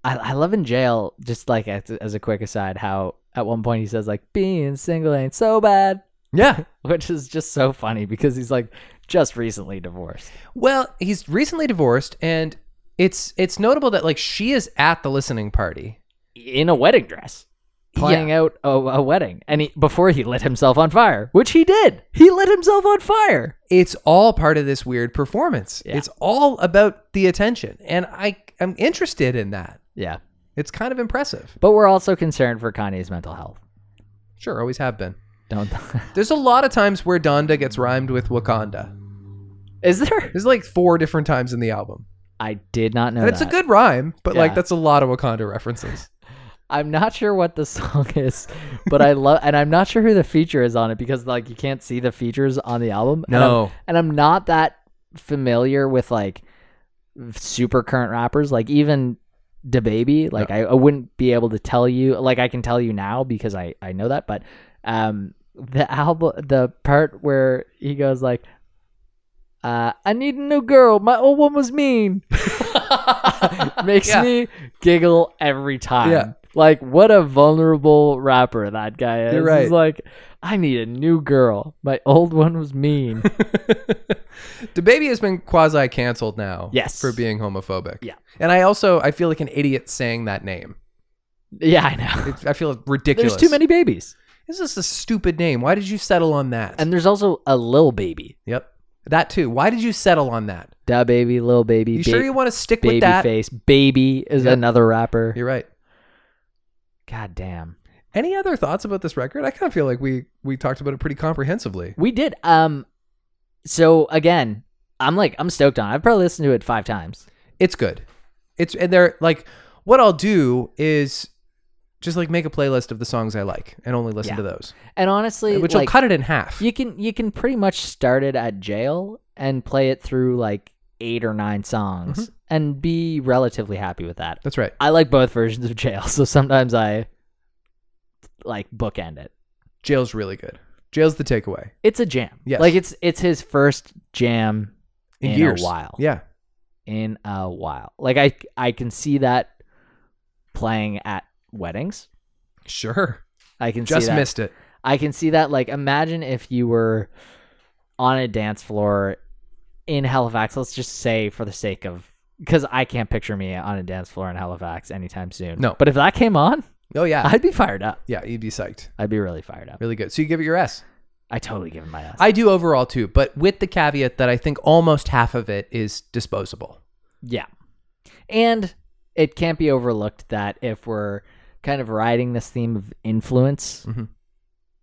I, I love in jail just like as, as a quick aside how at one point he says like being single ain't so bad,
Yeah.
which is just so funny because he's like just recently divorced.
Well, he's recently divorced, and it's it's notable that like she is at the listening party.
In a wedding dress. playing out a, a wedding, and he before he lit himself on fire, which he did. He lit himself on fire.
it's all part of this weird performance.
Yeah.
It's all about the attention, and I am interested in that.
Yeah,
It's kind of impressive.
but we're also concerned for Kanye's mental health.
Sure, always have been.
Don't.
There's a lot of times where Donda gets rhymed with Wakanda.
Is there?
There's like four different times in the album,
I did not know.
and it's a
that.
good rhyme, but
Yeah.
like that's a lot of Wakanda references.
I'm not sure what the song is, but I love, and I'm not sure who the feature is on it because like you can't see the features on the album. and I'm-
No.
and I'm, not that familiar with like super current rappers, like even the baby. Like I, I wouldn't be able to tell you. Like I can tell you now because I I know that, but um, the album, the part where he goes like. Uh, I need a new girl. My old one was mean. Makes
Yeah.
me giggle every time.
Yeah.
Like what a vulnerable rapper that guy is.
You're right.
He's like, I need a new girl. My old one was mean.
The baby has been quasi canceled now.
Yes.
For being homophobic.
Yeah.
And I also I feel like an idiot saying that name.
yeah, I know.
It's, I feel
There's
ridiculous.
too many babies.
This is a stupid name. Why did you settle on that?
And there's also a lil baby.
yep. That too. Why did you settle on that?
Da baby, lil baby,
You
ba-
sure you want to stick
baby
with that?
face. Baby is
Yep.
another rapper.
You're right.
God damn.
Any other thoughts about this record? I kind of feel like we we talked about it pretty comprehensively.
We did. Um so again, I'm like, I'm stoked on it. I've probably listened to it five times.
It's good. It's and they're like what I'll do is just like make a playlist of the songs I like and only listen
Yeah.
to those.
And honestly,
Which will
like,
cut it in half.
You can you can pretty much start it at jail and play it through like eight or nine songs
Mm-hmm.
and be relatively happy with that.
That's right.
I like both versions of jail, so sometimes I like bookend it.
Jail's really good. Jail's the takeaway.
It's a jam.
Yes.
Like it's it's his first jam
In,
In a
years.
while.
Yeah.
in a while. Like I I can see that playing at weddings.
Sure.
I can see
Just
that.
missed it.
I can see that. Like, imagine if you were on a dance floor in Halifax. Let's just say, for the sake of, because I can't picture me on a dance floor in Halifax anytime soon.
No.
But if that came on,
Oh yeah.
I'd be fired up.
yeah, you'd be psyched.
I'd be really fired up.
Really good. So you give it your S.
I totally give him my ass.
I do overall too, but with the caveat that I think almost half of it is disposable.
yeah. And it can't be overlooked that if we're kind of riding this theme of influence,
Mhm.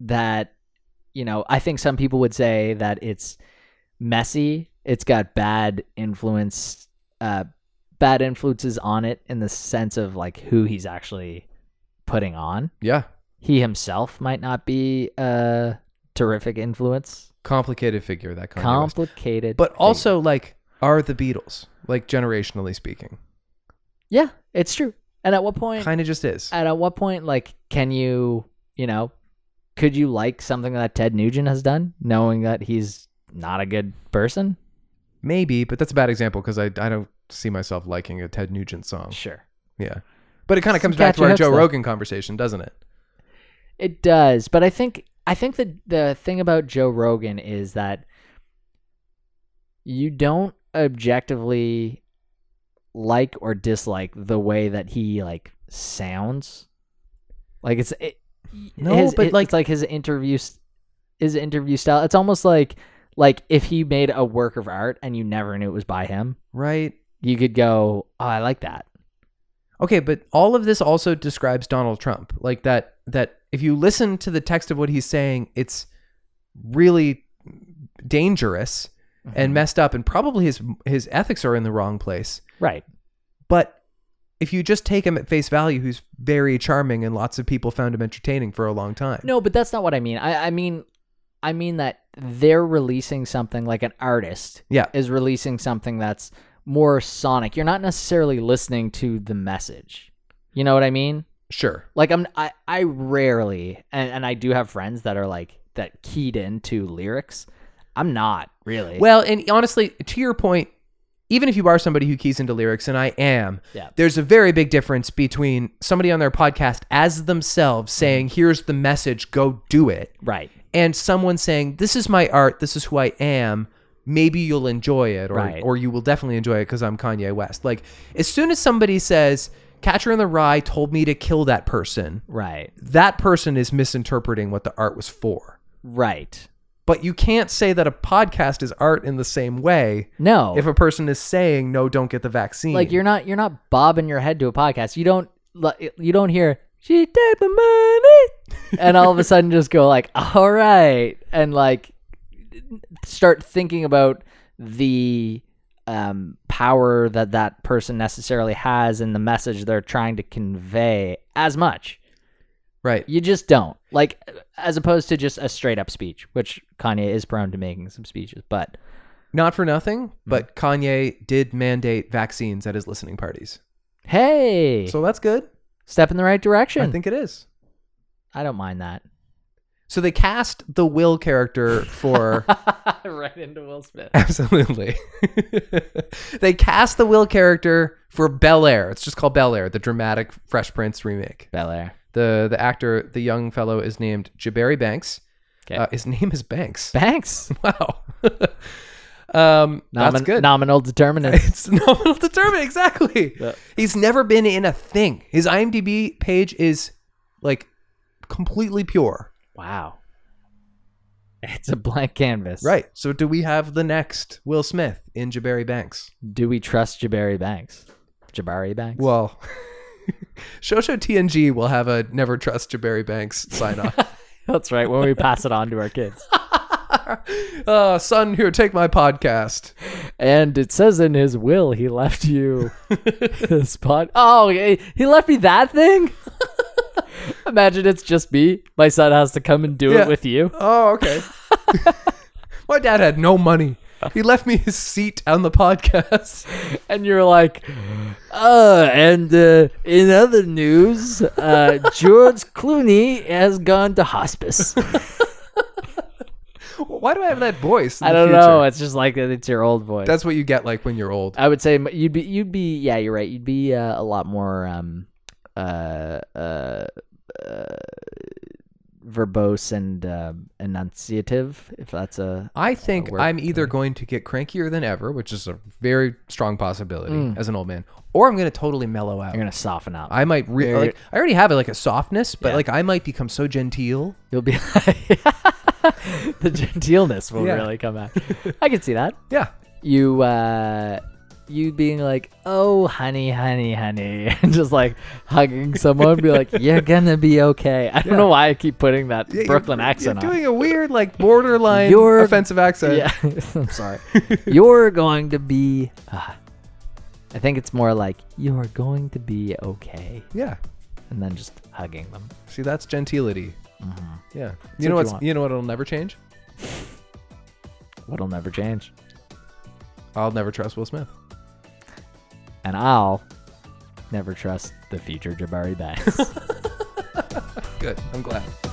that, you know, I think some people would say that it's messy. It's got bad influence, uh, bad influences on it in the sense of like who he's actually putting on.
Yeah.
He himself might not be a terrific influence.
Complicated figure that Kanye West.
Complicated,
But
figure.
also like are the Beatles, like generationally speaking.
yeah, it's true. And at what point?
Kind of just is.
And at what point, like, can you, you know, could you like something that Ted Nugent has done, knowing that he's not a good person?
Maybe, but that's a bad example because I, I don't see myself liking a Ted Nugent song.
Sure.
Yeah. But it kind of
Some
comes back
catchy
to our
hooks,
Joe
though.
Rogan conversation, doesn't it?
It does, but I think I think the the thing about Joe Rogan is that you don't objectively like or dislike the way that he like sounds. Like it's it,
No,
his-
but,
it-
like-
it's like his interview s- his interview style. It's almost like like if he made a work of art and you never knew it was by him,
Right.
you could go, "Oh, I like that."
Okay, but all of this also describes Donald Trump. Like that that if you listen to the text of what he's saying, it's really dangerous
Mm-hmm.
and messed up and probably his his ethics are in the wrong place.
Right.
But if you just take him at face value, who's very charming and lots of people found him entertaining for a long time.
No, but that's not what I mean. I, I mean, I mean that they're releasing something like an artist
Yeah.
is releasing something that's more sonic. You're not necessarily listening to the message. You know what I mean?
Sure.
Like I'm, I, I rarely, and, and I do have friends that are like that keyed into lyrics. I'm not really.
Well, and honestly, to your point, even if you are somebody who keys into lyrics, and I am,
Yeah.
there's a very big difference between somebody on their podcast as themselves
Mm-hmm.
saying, here's the message, go do it,
right,
and someone saying, this is my art, this is who I am. Maybe you'll enjoy it, or,
Right.
or you will definitely enjoy it because I'm Kanye West. Like, as soon as somebody says, Catcher in the Rye told me to kill that person.
Right.
That person is misinterpreting what the art was for.
Right.
But you can't say that a podcast is art in the same way
No.
if a person is saying no, don't get the vaccine.
like you're not you're not bobbing your head to a podcast. You don't li- you don't hear she type of money and all of a sudden just go like all right and like start thinking about the um, power that that person necessarily has and the message they're trying to convey as much.
right.
You just don't like as opposed to just a straight up speech, which Kanye is prone to making some speeches, but
Not for
Mm-hmm.
nothing, but Kanye did mandate vaccines at his listening parties.
hey,
So that's good.
step in the right direction.
I think it is.
I don't mind that.
So they cast the Will character for
right into Will Smith.
Absolutely. they cast the Will character for Bel Air. It's just called Bel Air, the dramatic Fresh Prince remake.
Bel Air.
The the actor, the young fellow, is named Jabari Banks.
Okay.
Uh, his name is Banks.
Banks.
wow. um, that's
Nomin-
good.
Nominal determinant.
it's nominal determinant, exactly.
Yeah.
He's never been in a thing. His IMDb page is like completely pure.
wow. It's a blank canvas.
Right. So do we have the next Will Smith in Jabari Banks?
Do we trust Jabari Banks? Jabari Banks?
Well, Shosho TNG will have a never trust Jabari Banks sign off.
That's right. When we pass it on to our kids.
uh, son, here, take my podcast.
And it says in his will he left you his pod. Oh, he he left me that thing? Imagine it's just me. My son has to come and do
Yeah.
it with you.
Oh, okay. my dad had no money. He left me his seat on the podcast.
and you're like, uh, and uh, in other news, uh, George Clooney has gone to hospice.
Why do I have that voice? in
I
the
don't
future?
know. It's just like it's your old voice.
That's what you get like when you're old.
I would say m- you'd be you'd be yeah you're right you'd be uh, a lot more um uh uh, uh verbose and uh, enunciative if that's a
I think
we're-
I'm either going to get crankier than ever, which is a very strong possibility as an old man, or I'm going to totally mellow out.
Mm. you're gonna soften up
I might re-
You're-
like I already have like a softness, but
Yeah.
like I might become so genteel.
you'll be the genteelness will
Yeah.
really come out I can see that
Yeah.
you uh you being like oh honey honey honey and just like hugging someone be like you're gonna be okay i don't know why i keep putting that
Yeah, you're-
brooklyn accent
You're
on
doing a weird, like, borderline
You're-
offensive accent.
yeah i'm sorry you're going to be uh, i think it's more like you're going to be okay
Yeah.
and then just hugging them Mm-hmm.
See, that's gentility. Yeah.
That's
you know
what you
what's
want.
you, know what'll never change?
what'll never change
I'll never trust Will Smith.
and i'll never trust the future jabari banks
Good. I'm glad.